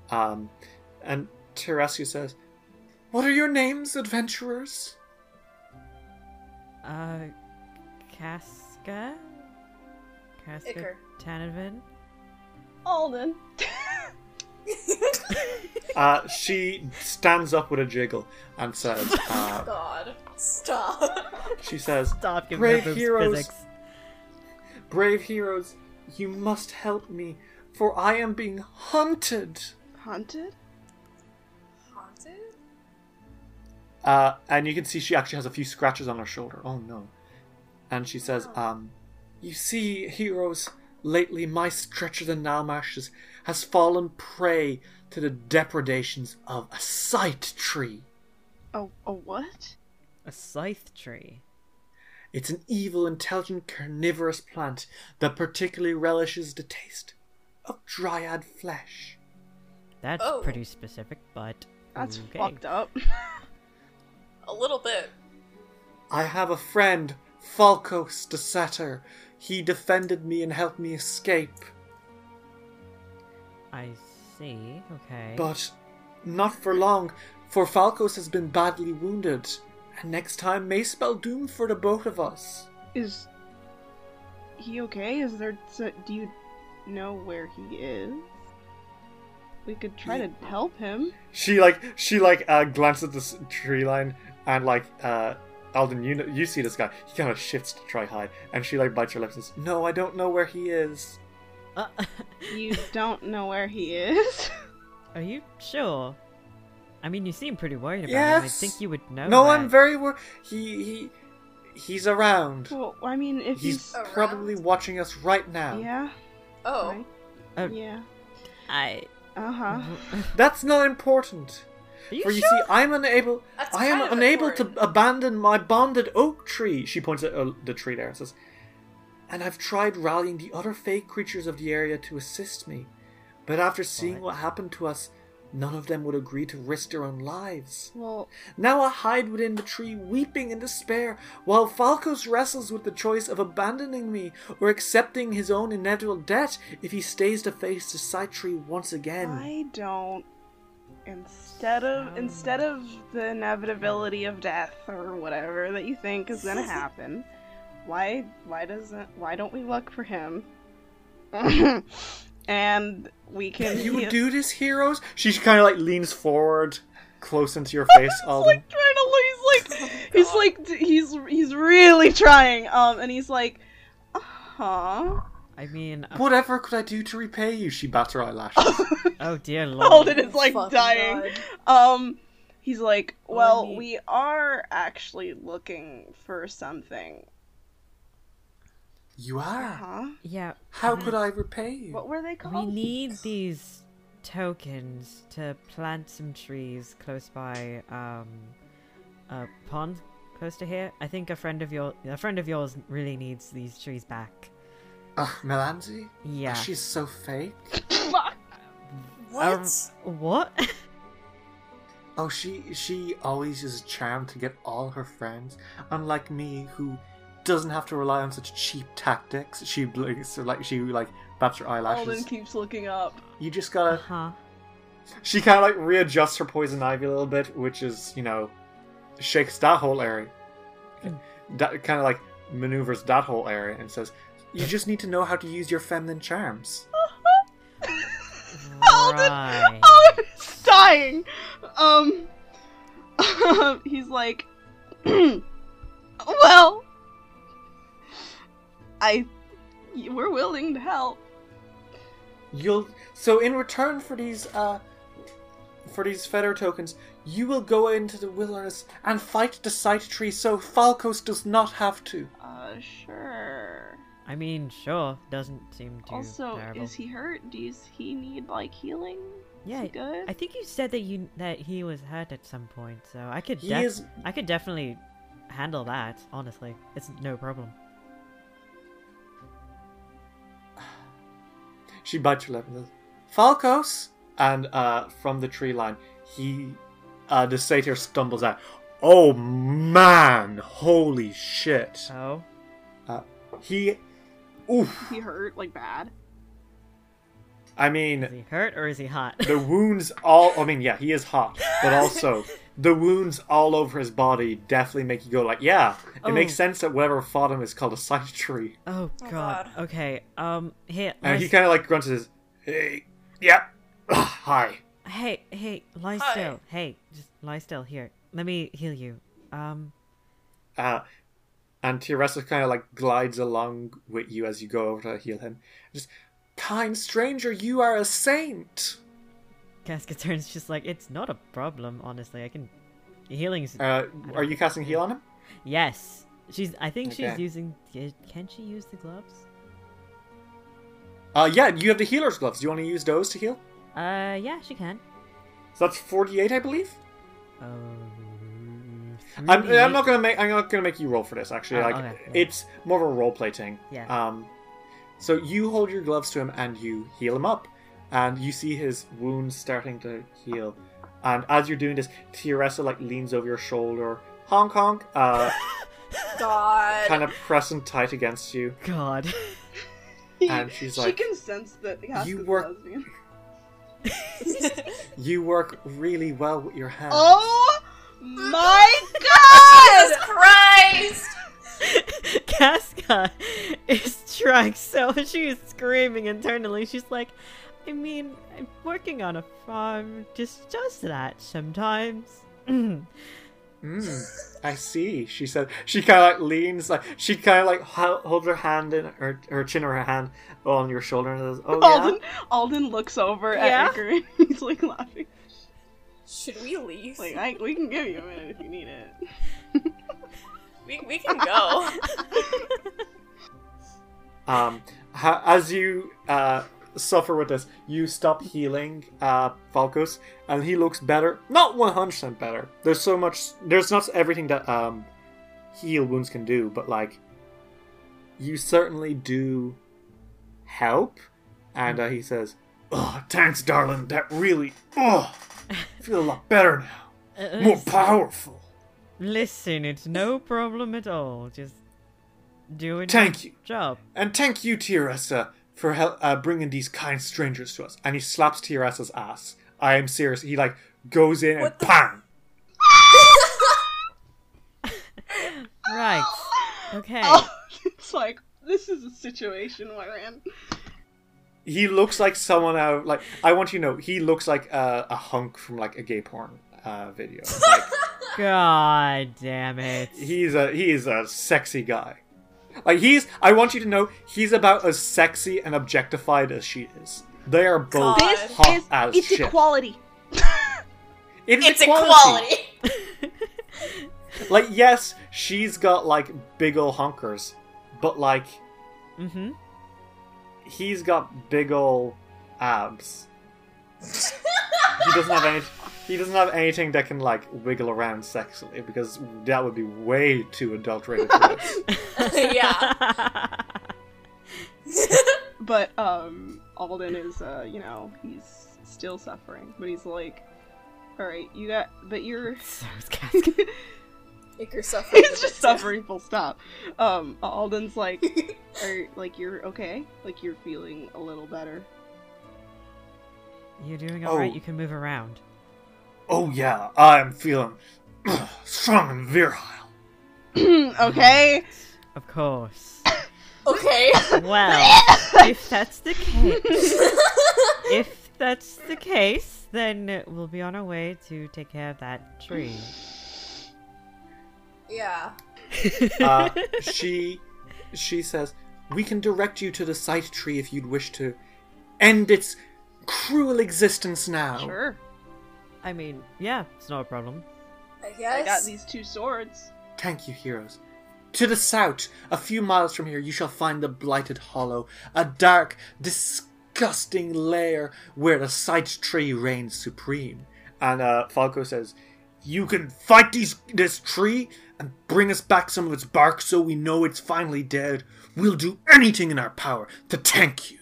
S6: Um, and Teresia says, What are your names, adventurers?
S4: Uh, Casca? Casca
S2: Icker.
S4: Tanavin?
S3: Alden.
S6: Uh, she stands up with a jiggle and says, uh,
S2: God. Stop.
S6: She says,
S4: Stop giving
S6: Brave
S4: her boobs
S6: heroes.
S4: physics.
S6: Brave heroes, you must help me, for I am being hunted.
S3: Haunted?
S2: Haunted?
S6: Uh, and you can see she actually has a few scratches on her shoulder. Oh no. And she says, um, You see, heroes, lately my stretcher the Nalmash has, has fallen prey to the depredations of a sight tree.
S3: Oh, a what?
S4: A scythe tree.
S6: It's an evil, intelligent, carnivorous plant that particularly relishes the taste of dryad flesh.
S4: That's
S2: Oh.
S4: pretty specific, but.
S3: That's
S4: Mm, okay.
S3: fucked up.
S2: A little bit.
S6: I have a friend, Falcos the Satyr. He defended me and helped me escape.
S4: I see. Okay.
S6: But not for long, for Falcos has been badly wounded, and next time may spell doom for the both of us.
S3: Is he okay? Is there. So, do you know where he is? We could try to help him.
S6: She like she like uh, glances at this tree line and like uh, Alden, you know, you see this guy. He kind of shifts to try hide, and she like bites her lips and says, "No, I don't know where he is."
S4: Uh,
S3: You don't know where he is?
S4: are you sure? I mean, you seem pretty worried about him. I
S6: Yes.
S4: think you would know.
S6: No,
S4: that.
S6: I'm very wor- he he he's around.
S3: well, I mean, if
S6: He's
S3: he's.
S2: Around?
S6: probably watching us right now.
S3: yeah?
S2: Oh.
S3: right?
S4: Uh, uh-huh.
S3: Yeah.
S4: I.
S3: Uh huh.
S6: That's not important.
S4: Are you
S6: For you
S4: sure?
S6: see, I'm unable.
S2: That's
S6: I am
S2: kind of
S6: unable
S2: important.
S6: to abandon my bonded oak tree. She points at uh, the tree there and says, "And I've tried rallying the other fake creatures of the area to assist me, but after seeing
S4: What?
S6: what happened to us, none of them would agree to risk their own lives.
S3: Well,
S6: Now I hide within the tree, weeping in despair, while Falcos wrestles with the choice of abandoning me or accepting his own inevitable debt if he stays to face the sight tree once again."
S3: I don't. Instead of
S4: Sounds-
S3: instead of the inevitability of death or whatever that you think is gonna happen, why why doesn't why don't we look for him? and we can.
S6: You
S3: heal-
S6: do this, heroes? She kind of like leans forward, close into your face.
S3: He's
S6: Alden.
S3: like
S6: Oh
S3: trying to lose. Like he's like d- he's he's really trying. Um, and he's like, "Uh-huh." huh.
S4: I mean, oh,
S6: Whatever could I do to repay you? She bats her eyelashes.
S4: oh dear lord.
S3: Holden is like
S2: Fucking
S3: dying.
S2: God.
S3: Um, he's like,
S4: Oh, I
S3: well,
S4: need-
S3: we are actually looking for something.
S6: you are.
S3: Huh?
S4: Yeah,
S6: How could I repay you?
S3: What were they
S4: we
S3: called?
S4: need these tokens to plant some trees close by um a pond close to here. I think a friend of your a friend of yours really needs these trees back.
S6: Uh, Melanzi?
S4: Yeah.
S6: Ah, She's so fake.
S3: Fuck.
S2: What?
S4: Um, what?
S6: Oh, she she always is charmed to get all her friends, unlike me who doesn't have to rely on such cheap tactics. She blinks, or like she like bats her
S3: Holden
S6: eyelashes.
S3: keeps looking up.
S6: You just
S4: uh
S6: gotta.
S4: huh.
S6: She kind of like readjusts her poison ivy a little bit, which is you know shakes that whole area. That kind of like maneuvers that whole area and says, "You just need to know how to use your feminine charms."
S4: Right.
S3: Holden, Holden is dying. Um, he's like, well, I, we're willing to help.
S6: You'll so in return for these uh for these feather tokens, you will go into the wilderness and fight the sight tree so Falcos does not have to.
S3: Uh, sure.
S4: I mean, sure. Doesn't seem too
S3: also,
S4: terrible.
S3: is he hurt? Does he need like healing? is
S4: Yeah,
S3: he good?
S4: I think you said that you that he was hurt at some point, so I could
S6: He
S4: def-
S6: is-
S4: I could definitely handle that. Honestly, it's no problem.
S6: She bites her lip and says, Falcos and uh from the tree line he uh the satyr stumbles out. Oh man, holy shit.
S4: Oh,
S6: Uh, he oof
S3: Is he hurt like bad?
S6: I
S4: is
S6: mean
S4: he hurt or is he hot?
S6: the wounds all I mean, yeah, he is hot, but also the wounds all over his body definitely make you go like, yeah. It
S4: Oh.
S6: makes sense that whatever fought him is called a sight tree.
S4: oh god.
S2: God.
S4: Okay. Um. Here.
S6: And he
S4: Lys-
S6: kind of like grunts his, hey, yeah, hi.
S4: Hey. Hey. Lie
S2: Hi.
S4: still. Hey. Just lie still. Here. Let me heal you. Um.
S6: Uh, and Tiresa kind of like glides along with you as you go over to heal him. Just, kind stranger, you are a saint.
S4: Cascatern's just like it's not a problem. Honestly, I can. Healing's
S6: Uh, are you casting heal on him?
S4: yes. She's. I think she's
S6: Okay.
S4: using. Can she use the gloves?
S6: Uh, yeah, you have the healer's gloves. Do you want to use those to heal?
S4: Uh. Yeah. She can.
S6: So that's forty-eight, I believe.
S4: Um,
S6: I'm, I'm
S4: 3d8.
S6: not gonna make I'm not gonna make you roll for this actually.
S4: Oh,
S6: Like
S4: okay, yeah.
S6: it's more of a role play thing.
S4: Yeah.
S6: Um, so you hold your gloves to him and you heal him up, and you see his wounds starting to heal, and as you're doing this, Tiresa like leans over your shoulder, honk honk, uh,
S2: God.
S6: kind of pressing tight against you.
S4: God.
S6: And she's
S3: she
S6: like,
S3: can sense that
S6: "You
S3: you
S6: were-
S3: were...
S6: You work really well with your hands.
S3: Oh my
S2: Jesus Christ!
S3: god!
S4: Casca is trying so she is screaming internally. She's like, I mean, I'm working on a farm just does that sometimes. Uh,
S6: Mm, I see. She said. She kind of like leans, like she kind of like ho- holds her hand in her her chin or her hand on your shoulder and says, "Oh yeah."
S3: Alden, Alden looks over
S4: Yeah?
S3: at Iker and he's like laughing.
S2: Should we leave?
S3: Like, I, we can give you a minute if you need it.
S2: we, we can go.
S6: Um, ha- as you uh, suffer with this, you stop healing uh, Falcos, and he looks better. Not one hundred percent better. There's so much. There's not everything that um, heal wounds can do, but like, you certainly do help. And uh, he says, "Oh, thanks, darling. That really. Oh, I feel a lot better now. More powerful.
S4: Listen, it's no problem at all. Just doing
S6: Thank you."
S4: job.
S6: And thank you, Tiresa, for hel- uh, bringing these kind strangers to us. And he slaps Tiresa's ass. I am serious. He like goes in and
S2: What the-
S6: bang.
S4: Right. Okay.
S3: Oh, it's like, this is a situation we're in.
S6: he looks like someone out. Like I want you to know, he looks like uh, a, a hunk from like a gay porn uh, video. Like,
S4: God damn it.
S6: he's a he is a sexy guy. Like he's. I want you to know, he's about as sexy and objectified as she is. They are
S2: God.
S6: both
S3: This
S6: hot
S3: is
S6: as
S3: it's
S6: shit.
S3: equality.
S6: It is
S2: It's equality.
S6: Like yes, she's got like big ol' honkers, but like
S4: Mm-hmm.
S6: he's got big ol' abs. he doesn't have any. He doesn't have anything that can like wiggle around sexually because that would be way too adulterated. For us.
S2: yeah.
S3: But um, Alden is, uh, you know, he's still suffering, but he's like, all right, you got, but you're.
S4: so is Casca.
S2: Iker suffering.
S3: He's just suffering. Full stop. Um, Alden's like, are like you're okay, like you're feeling a little better.
S4: You're doing alright,
S6: Oh.
S4: you can move around.
S6: oh yeah, I'm feeling strong and virile.
S3: okay.
S4: Of course.
S2: Okay.
S4: Well, if that's the case, if that's the case, then we'll be on our way to take care of that tree.
S2: yeah.
S6: Uh, she she says we can direct you to the sight tree if you'd wish to end its cruel existence now.
S3: Sure.
S4: I mean, yeah, it's not a problem.
S2: I
S3: I got
S2: guess.
S3: these two swords.
S6: Thank you, heroes. To the south, a few miles from here, you shall find the Blighted Hollow, a dark, disgusting lair where the sight tree reigns supreme. And uh, Falco says, You can fight these, this tree and bring us back some of its bark so we know it's finally dead. We'll do anything in our power to thank you.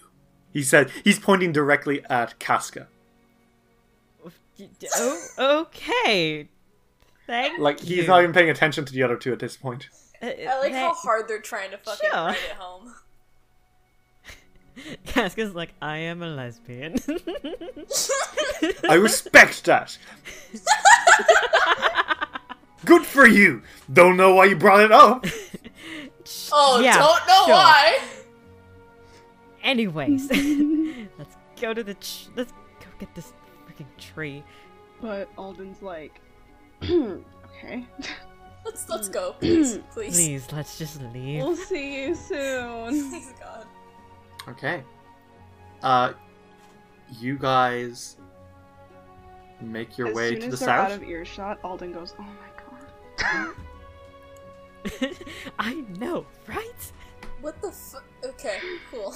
S6: He said, He's pointing directly at Casca.
S4: Oh, okay. Thank
S6: Like, he's
S4: you.
S6: not even paying attention to the other two at this point.
S4: Uh,
S2: I like how
S4: thank-
S2: hard they're trying to fucking
S4: Sure.
S2: write it home.
S4: Casca's like, I am a lesbian.
S6: I respect that. Good for you. Don't know why you brought it up.
S2: Oh,
S4: Yeah,
S2: don't know
S4: sure.
S2: why.
S4: Anyways, let's go to the. Tr- let's go get this freaking tree.
S3: But Alden's like, okay.
S2: Let's let's go, please, please.
S4: Please, let's just leave.
S3: We'll see you soon.
S2: Please, God.
S6: Okay. Uh, you guys make your
S3: as
S6: way
S3: soon
S6: to
S3: as
S6: the
S3: they're out
S6: south.
S3: of earshot, Alden goes, oh my god.
S4: I know, right?
S2: What the fuck? Okay, cool.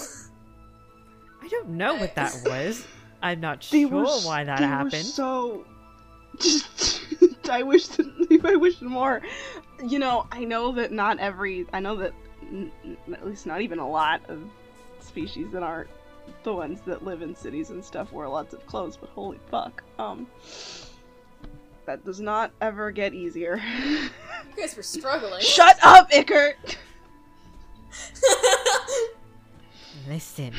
S4: I don't know what that was. I'm not
S3: They
S4: sure
S3: were s-
S4: why that
S3: they were
S4: happened.
S3: so. Just, I wish. that- I wish more. You know, I know that not every. I know that n- n- at least not even a lot of species that aren't the ones that live in cities and stuff wear lots of clothes. But holy fuck, um, that does not ever get easier.
S2: You guys were struggling.
S3: Shut up, Ickert.
S4: Listen,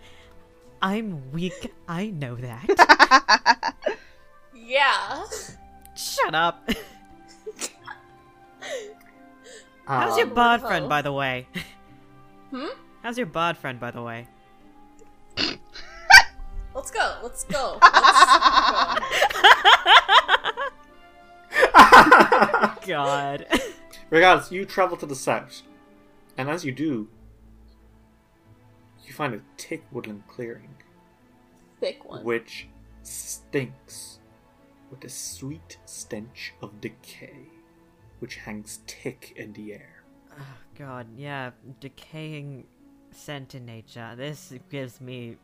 S4: I'm weak. I know that.
S2: yeah.
S4: Shut up. How's
S6: Um,
S4: your bard friend,
S2: Oh.
S4: by the way?
S2: Hmm?
S4: How's your bard friend, by the way?
S2: Let's go. Let's go. Let's go.
S4: God.
S6: Regardless, you travel to the south, and as you do, you find a thick woodland clearing,
S2: Thick one.
S6: which stinks with a sweet stench of decay, which hangs thick in the air.
S4: Oh, God, yeah, decaying scent in nature. This gives me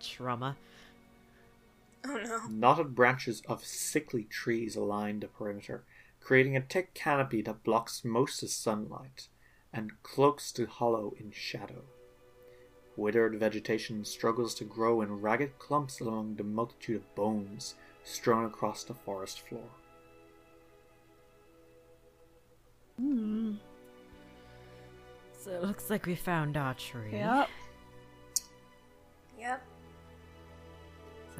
S4: trauma.
S2: Oh no.
S6: Knotted branches of sickly trees aline the perimeter, creating a thick canopy that blocks most of sunlight and cloaks the hollow in shadow. Withered vegetation struggles to grow in ragged clumps along the multitude of bones strewn across the forest floor.
S4: Hmm. So it looks like we found our tree.
S3: Yep.
S2: Yep.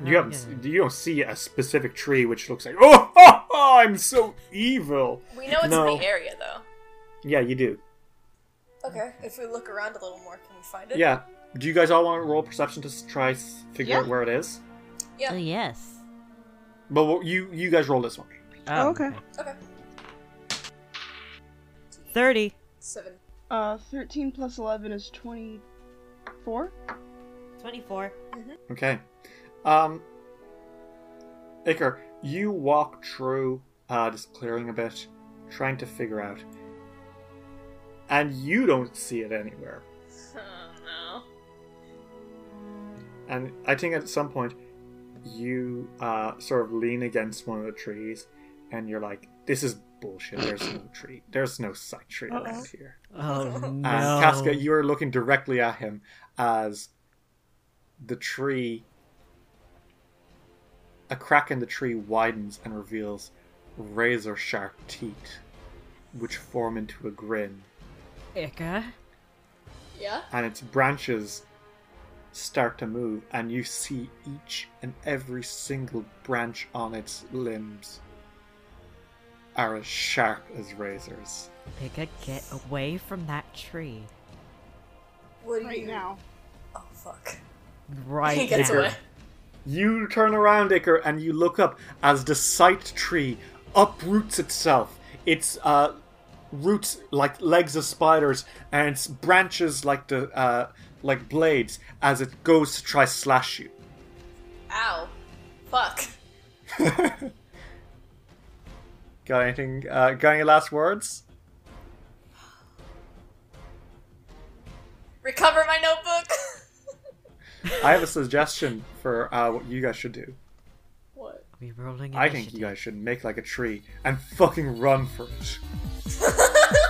S6: You
S4: Very
S6: haven't, s-
S4: good.
S6: you don't see a specific tree which looks like oh, oh, oh I'm so evil.
S2: We know it's
S6: No.
S2: in the area though.
S6: Yeah, you do.
S2: Okay. If we look around a little more, can we find it?
S6: Yeah, Do you guys all want to roll perception to s- try s- figure
S3: Yeah.
S6: out where it is?
S2: Yeah.
S4: Oh, yes.
S6: But what- you you guys roll this one.
S3: Oh, okay.
S2: Okay.
S4: 30.
S2: Seven.
S3: Uh, 13 plus 11 is 24?
S4: 24.
S6: Okay. Um, Iker, you walk through uh, this clearing a bit, trying to figure out, and you don't see it anywhere.
S2: Oh no.
S6: And I think at some point, you uh, sort of lean against one of the trees, and you're like, "This is bullshit. There's no tree. There's no sight tree around here."
S4: Oh, no.
S6: And Casca, you are looking directly at him as the tree, a crack in the tree widens and reveals razor sharp teeth, which form into a grin,
S4: Ica.
S2: Yeah.
S6: and its branches start to move, and you see each and every single branch on its limbs are as sharp as razors.
S4: Ica, get away from that tree.
S2: What do
S3: Right
S2: you?
S3: now.
S2: Oh fuck.
S4: Right
S2: gets
S4: now.
S2: away.
S6: You turn around, Iker, and you look up as the sight tree uproots itself. Its uh, roots like legs of spiders, and its branches like the uh, like blades as it goes to try slash you.
S2: Ow. Fuck.
S6: Got anything? Uh, got any last words?
S2: Recover my notebook.
S6: I have a suggestion for uh, what you guys should do.
S2: what?
S4: Are we rolling
S6: I think you
S4: initiative?
S6: guys should make like a tree and fucking run for it.